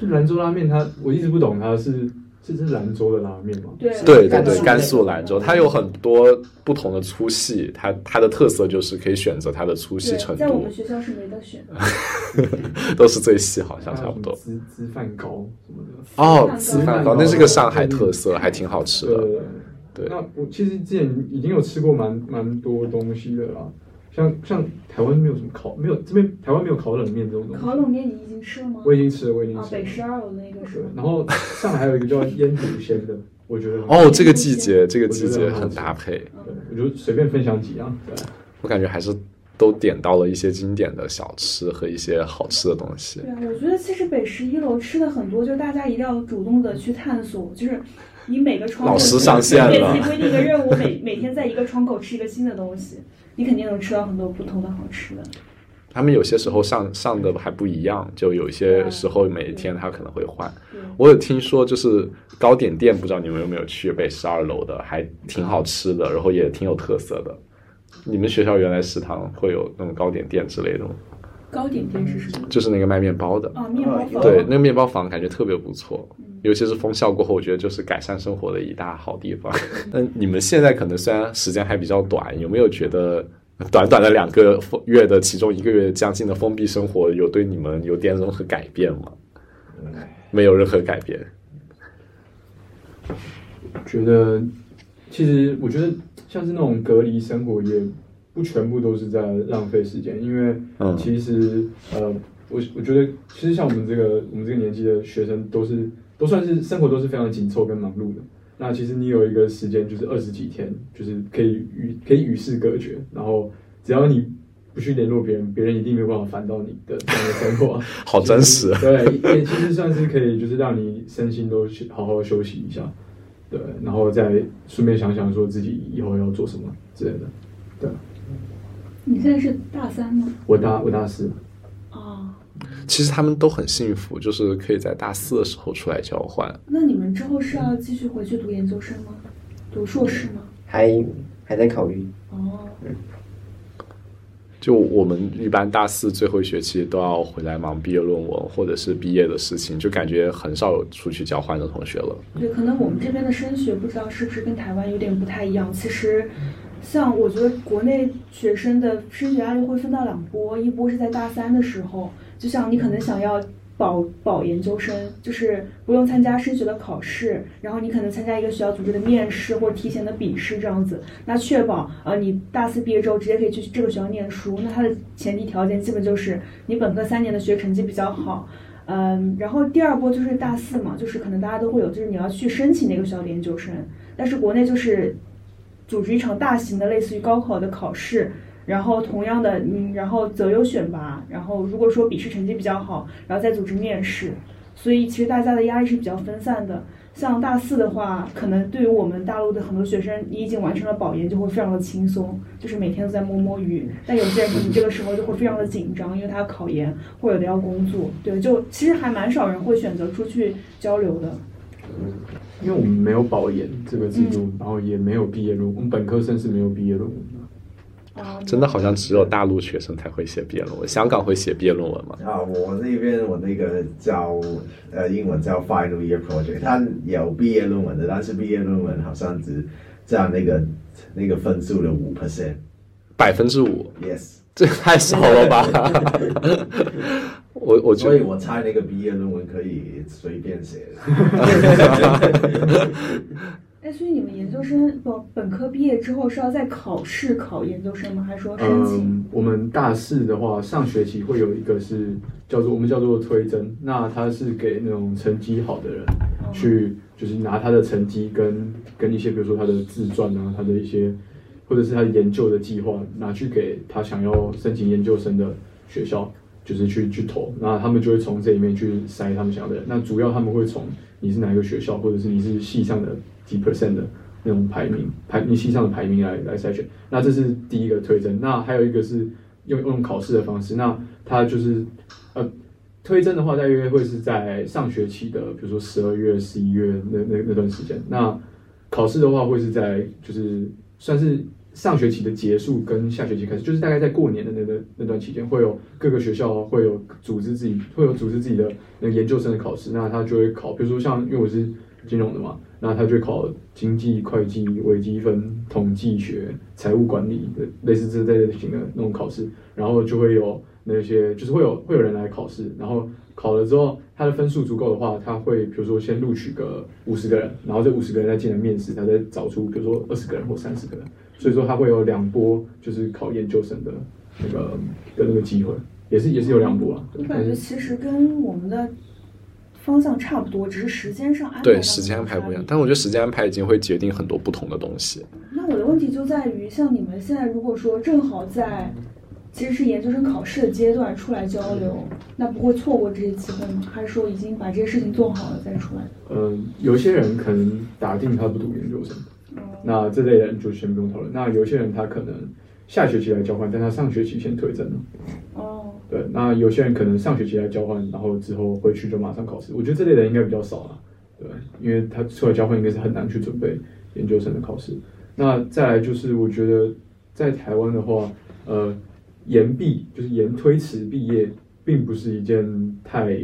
Speaker 1: 是兰州拉面它，我一直不懂它是是是兰州的拉面吗？
Speaker 5: 对
Speaker 4: 对对对，甘
Speaker 3: 甘
Speaker 4: 肃
Speaker 3: 肃
Speaker 4: 兰州，它有很多不同的粗细，它它的特色就是可以选择它的粗细程
Speaker 5: 对，在我
Speaker 4: 度
Speaker 5: 们，学校是没得选。
Speaker 4: 都是最细，好
Speaker 1: 还
Speaker 4: 像
Speaker 1: 有
Speaker 4: 差
Speaker 1: 什
Speaker 4: 不
Speaker 1: 么
Speaker 4: 多。
Speaker 1: 粢粢饭糕什么的。
Speaker 4: 哦，
Speaker 5: 粢
Speaker 4: 粢
Speaker 1: 饭
Speaker 4: 饭
Speaker 1: 糕
Speaker 4: 糕，那是个上海特色，还挺好吃的。
Speaker 1: 对
Speaker 4: 嗯
Speaker 1: 啊
Speaker 4: 对
Speaker 1: 那我其实之前已经有吃过蛮蛮多东西的啦，像像台湾没有什么烤，没有这边台湾没有烤冷面这种东西。
Speaker 5: 烤冷面你已经吃了吗？
Speaker 1: 我已经吃了，我已经
Speaker 5: 啊，
Speaker 1: 吃
Speaker 5: 北
Speaker 1: 了。
Speaker 5: 十二楼的那个是
Speaker 1: 对
Speaker 5: 吧？，
Speaker 1: 然后上海还有一个叫腌笃鲜的，我觉得很好
Speaker 4: 哦，这个季节，这个
Speaker 1: 我觉
Speaker 4: 季
Speaker 1: 得
Speaker 4: 节
Speaker 1: 很好
Speaker 4: 很
Speaker 1: 吃
Speaker 4: 搭配。
Speaker 5: 哦
Speaker 1: 对我就随便分享几样。对，啊
Speaker 4: 我感觉还是都点到了一些经典的小吃和一些好吃的东西
Speaker 5: 对。啊，我觉得其实北十一楼吃的很多，就是大家一定要主动的去探索，就是你每个窗口
Speaker 4: 老师上线了
Speaker 5: 给自己规定一个任务，每每天在一个窗口吃一个新的东西，你肯定能吃到很多不同的好吃的。
Speaker 4: 他们有些时候上上的还不一样，就有些时候每一天他可能会换。
Speaker 5: 对，
Speaker 4: 我有听说，就是糕点店，不知道你们有没有去北十二楼的，还挺好吃的，然后也挺有特色的。你们学校原来食堂会有那种糕点店之类的吗？
Speaker 5: 糕点店是什么？
Speaker 4: 就是那个卖面包的，
Speaker 5: 啊，面包
Speaker 2: 哦
Speaker 5: 房。
Speaker 4: 对，那个面包房感觉特别不错，尤其是封校过后，我觉得就是改善生活的一大好地方。 那你们现在可能虽然时间还比较短，有没有觉得短短的两个封月的其中一个月将近的封闭生活，有对你们有点任何改变吗？没有任何改变。
Speaker 1: 觉得其实我觉得像是那种隔离生活，也不全部都是在浪费时间，因为
Speaker 4: 嗯
Speaker 1: 其实呃，我我觉得其实像我们这个我们这个年纪的学生，都是都算是生活都是非常紧凑跟忙碌的。那其实你有一个时间就是二十几天，就是可以与可以与世隔绝，然后只要你不去联络别人，别人一定没有办法烦到你的这样的生活。啊
Speaker 4: 好真实啊
Speaker 1: 其实对，也其实算是可以，就是让你身心都去好好休息一下，对，然后再顺便想想说自己以后要做什么之类的。对，
Speaker 5: 你现在是大三吗？
Speaker 1: 我大我大四，
Speaker 5: 啊，
Speaker 4: 其实他们都很幸福，就是可以在大四的时候出来交换。
Speaker 5: 那你们之后是要继续回去读研究生吗？读硕士吗？
Speaker 3: 还还在考虑。
Speaker 5: 哦，
Speaker 4: 就我们一般大四最后一学期都要回来忙毕业论文或者是毕业的事情，就感觉很少有出去交换的同学了。
Speaker 5: 对，可能我们这边的升学不知道是不是跟台湾有点不太一样。其实，像我觉得国内学生的升学压力会分到两波，一波是在大三的时候，就像你可能想要保保研究生，就是不用参加升学的考试，然后你可能参加一个学校组织的面试或者提前的笔试这样子，那确保呃你大四毕业之后直接可以去这个学校念书。那它的前提条件基本就是你本科三年的学成绩比较好，嗯，然后第二波就是大四嘛，就是可能大家都会有，就是你要去申请那个学校的研究生，但是国内就是组织一场大型的类似于高考的考试，然后同样的，嗯，然后择优选拔，然后如果说笔试成绩比较好，然后再组织面试，所以其实大家的压力是比较分散的。像大四的话，可能对于我们大陆的很多学生，你已经完成了保研，就会非常的轻松，就是每天都在摸摸鱼。但有些人可能这个时候就会非常的紧张，因为他要考研或者有的要工作。对，就其实还蛮少人会选择出去交流的。
Speaker 1: 因为我们没有保研这个制
Speaker 5: 嗯
Speaker 1: 度，然后也没有毕业论文，我们本科生是没有毕业论文的。
Speaker 5: 啊、
Speaker 4: 真的好像只有大陆学生才会写毕业论文，香港会写毕业论文吗？
Speaker 2: 啊，我那边我那个叫呃英文叫 final year project，它有毕业论文的，但是毕业论文好像只占那个那个分数的五 percent。
Speaker 4: 百分之五，
Speaker 2: Yes，
Speaker 4: 这也太少了吧！我我觉
Speaker 2: 所以
Speaker 4: 得
Speaker 2: 我猜那个毕业论文可以随便写的。
Speaker 5: 哎，所以你们研究生本本科毕业之后是要再考试考研究生吗？还是说哦申请？
Speaker 1: 嗯，我们大四的话，上学期会有一个是叫做我们叫做推甄，那它是给那种成绩好的人
Speaker 5: 哦
Speaker 1: 去，就是拿他的成绩跟跟一些比如说他的自传啊，他的一些或者是他的研究的计划，拿去给他想要申请研究生的学校，就是去去投，那他们就会从这里面去筛他们想要的人。那主要他们会从你是哪一个学校，或者是你是系上的几 percent 的那种排名，排你系上的排名来来筛选。那这是第一个推甄，那还有一个是用用考试的方式，那它就是呃。推甄的话，大约会是在上学期的，比如说十二月、十一月那那那段时间。那考试的话，会是在就是算是上学期的结束跟下学期开始，就是大概在过年的那段那段期间，会有各个学校会有组织自己会有组织自己的那个研究生的考试，那他就会考，比如说像因为我是金融的嘛，那他就会考经济、会计、微积分、统计学、财务管理的类似这类型的那种考试，然后就会有那些就是会有会有人来考试，然后考了之后，他的分数足够的话，他会比如说先录取个五十个人，然后这五十个人再进来面试，他再找出比如说二十个人或三十个人，所以说他会有两波就是考研究生的那个的那个机会，也是也是有两波啊。
Speaker 5: 我感
Speaker 1: 但
Speaker 5: 觉
Speaker 1: 是
Speaker 5: 其实跟我们的方向差不多，只是时间上安排
Speaker 4: 对
Speaker 5: 上
Speaker 4: 时间安排不一样
Speaker 5: 有，差
Speaker 4: 但我觉得时间安排已经会决定很多不同的东西。
Speaker 5: 别那我的问题就在于，像你们现在如果说正好在其实是研究生考试的阶段出来交流，
Speaker 4: 嗯
Speaker 5: 那不会错过这些机会吗？还是说已经把这些事情做好了再出来？
Speaker 1: 嗯，有些人可能打定他不读研究生，那这类人就先不用讨论。那有些人他可能下学期来交换，但他上学期先推甄了。
Speaker 4: 嗯
Speaker 5: 哦，
Speaker 1: 对，那有些人可能上学期来交换，然后之后回去就马上考试。我觉得这类人应该比较少啦，对，因为他出来交换应该是很难去准备研究生的考试。那再来就是，我觉得在台湾的话，呃，延毕就是延推迟毕业，并不是一件太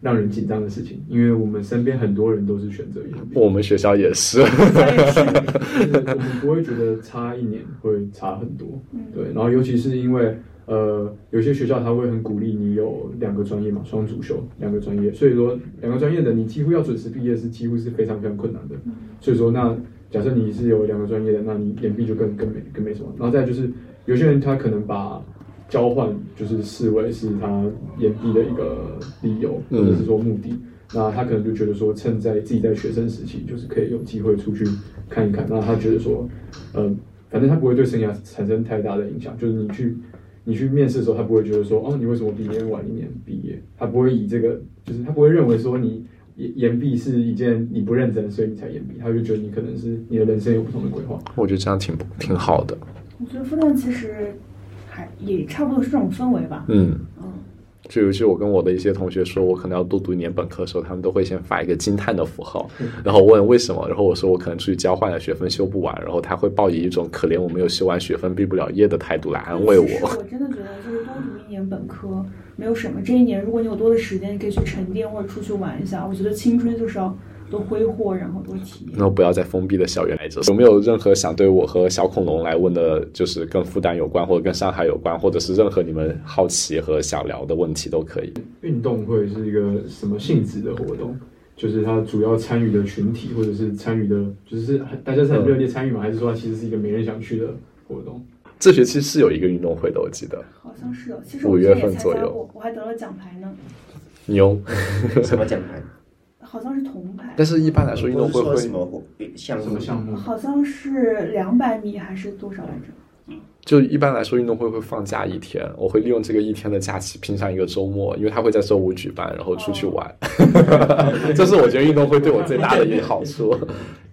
Speaker 1: 让人紧张的事情，因为我们身边很多人都是选择延毕，
Speaker 4: 我们学校也是，
Speaker 1: 就是我们不会觉得差一年会差很多。
Speaker 5: 嗯，
Speaker 1: 对，然后尤其是因为呃，有些学校它会很鼓励你有两个专业嘛，双主修两个专业，所以说两个专业的你几乎要准时毕业是几乎是非常非常困难的。所以说那假设你是有两个专业的，那你延毕就更更没更没什么。然后再就是有些人他可能把交换就是视为是他延毕的一个理由，或
Speaker 4: 嗯
Speaker 1: 者是说目的。那他可能就觉得说，趁在自己在学生时期，就是可以有机会出去看一看。那他觉得说，嗯、反正他不会对生涯产生太大的影响。就是你去你去面试的时候，他不会觉得说，哦，你为什么比别人晚一年毕业？他不会以这个，就是他不会认为说你延延毕是一件你不认真，所以你才延毕。他就觉得你可能是你的人生有不同的规划。
Speaker 4: 我觉得这样挺不挺好的。
Speaker 5: 我觉得复旦其实还也差不多是这种氛围吧。
Speaker 4: 嗯，
Speaker 5: 嗯，
Speaker 4: 就尤其我跟我的一些同学说，我可能要多读一年本科的时候，他们都会先发一个惊叹的符号，
Speaker 2: 嗯
Speaker 4: 然后问为什么，然后我说我可能出去交换了，学分修不完，然后他会抱以一种可怜我没有修完学分毕不了业的态度来安慰
Speaker 5: 其实
Speaker 4: 我。
Speaker 5: 我真的觉得，就是多读一年本科没有什么。这一年，如果你有多的时间，你可以去沉淀或者出去玩一下。我觉得青春就是要多挥霍，然后多体验。
Speaker 4: 然后不要在封闭的校园来着。有没有任何想对我和小恐龙来问的，就是跟复旦有关，或者跟上海有关，或者是任何你们好奇和想聊的问题都可以。
Speaker 1: 运动会是一个什么性质的活动？就是它主要参与的群体，或者是参与的，就是很大家是很热烈参与吗？还是说它其实是一个没人想去的活动？
Speaker 4: 这学期是有一个运动会的，我记得
Speaker 5: 好像是的，其实我
Speaker 4: 五
Speaker 5: 之
Speaker 4: 月
Speaker 5: 前也
Speaker 4: 份
Speaker 5: 参
Speaker 4: 左
Speaker 5: 加
Speaker 4: 右
Speaker 5: 过，我还得了奖牌呢，
Speaker 4: 牛，
Speaker 3: 什么奖牌？
Speaker 5: 好像是铜牌，
Speaker 4: 但是一般来说运
Speaker 3: 不
Speaker 4: 动
Speaker 3: 是
Speaker 4: 会
Speaker 3: 说
Speaker 4: 会
Speaker 3: 什么活项
Speaker 1: 什
Speaker 3: 目
Speaker 1: 么？项目？
Speaker 5: 好像是两百米还是多少来着？
Speaker 4: 就一般来说，运动会会放假一天，我会利用这个一天的假期拼上一个周末，因为它会在周五举办，然后出去玩。 这是我觉得运动会对我最大的一个好处。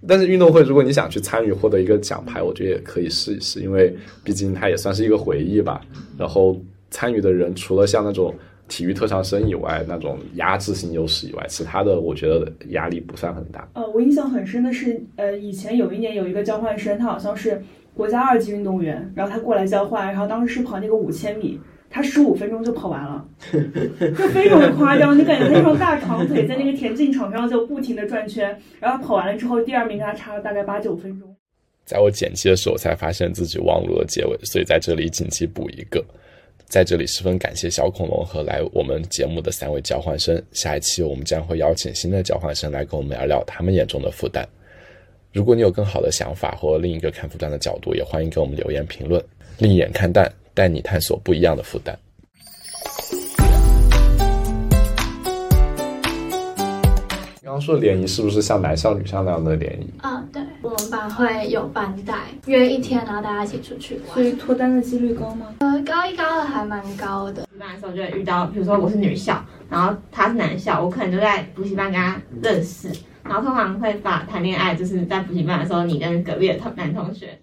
Speaker 4: 但是运动会，如果你想去参与获得一个奖牌，我觉得也可以试一试，因为毕竟它也算是一个回忆吧。然后参与的人除了像那种体育特长生以外，那种压制性优势以外，其他的我觉得压力不算很大。
Speaker 5: 呃，我印象很深的是，呃，以前有一年有一个交换生，他好像是国家二级运动员，然后他过来交换，然后当时是跑那个五千米，他十五分钟就跑完了，就非常的夸张，就感觉他那双大长腿在那个田径场上就不停的转圈，然后跑完了之后，第二名跟他差了大概八九分钟。
Speaker 4: 在我剪辑的时候才发现自己忘录了结尾，所以在这里紧急补一个。在这里十分感谢小恐龙和来我们节目的三位交换生，下一期我们将会邀请新的交换生来跟我们聊聊他们眼中的复旦。如果你有更好的想法或另一个看复旦的角度，也欢迎给我们留言评论。另眼看淡，带你探索不一样的复旦。
Speaker 6: 刚刚说联谊是不是像男校女校那样的联谊？
Speaker 7: 啊，对，我们班会有班带，约一天，然后大家一起出去
Speaker 5: 所
Speaker 7: 玩。
Speaker 5: 以脱单的几率高吗？
Speaker 7: 呃，高一高二还蛮高的，
Speaker 8: 补习班的时候就会遇到，比如说我是女校，然后他是男校，我可能就在补习班跟他认识，然后通常会把谈恋爱就是在补习班的时候，你跟隔壁的同男同学，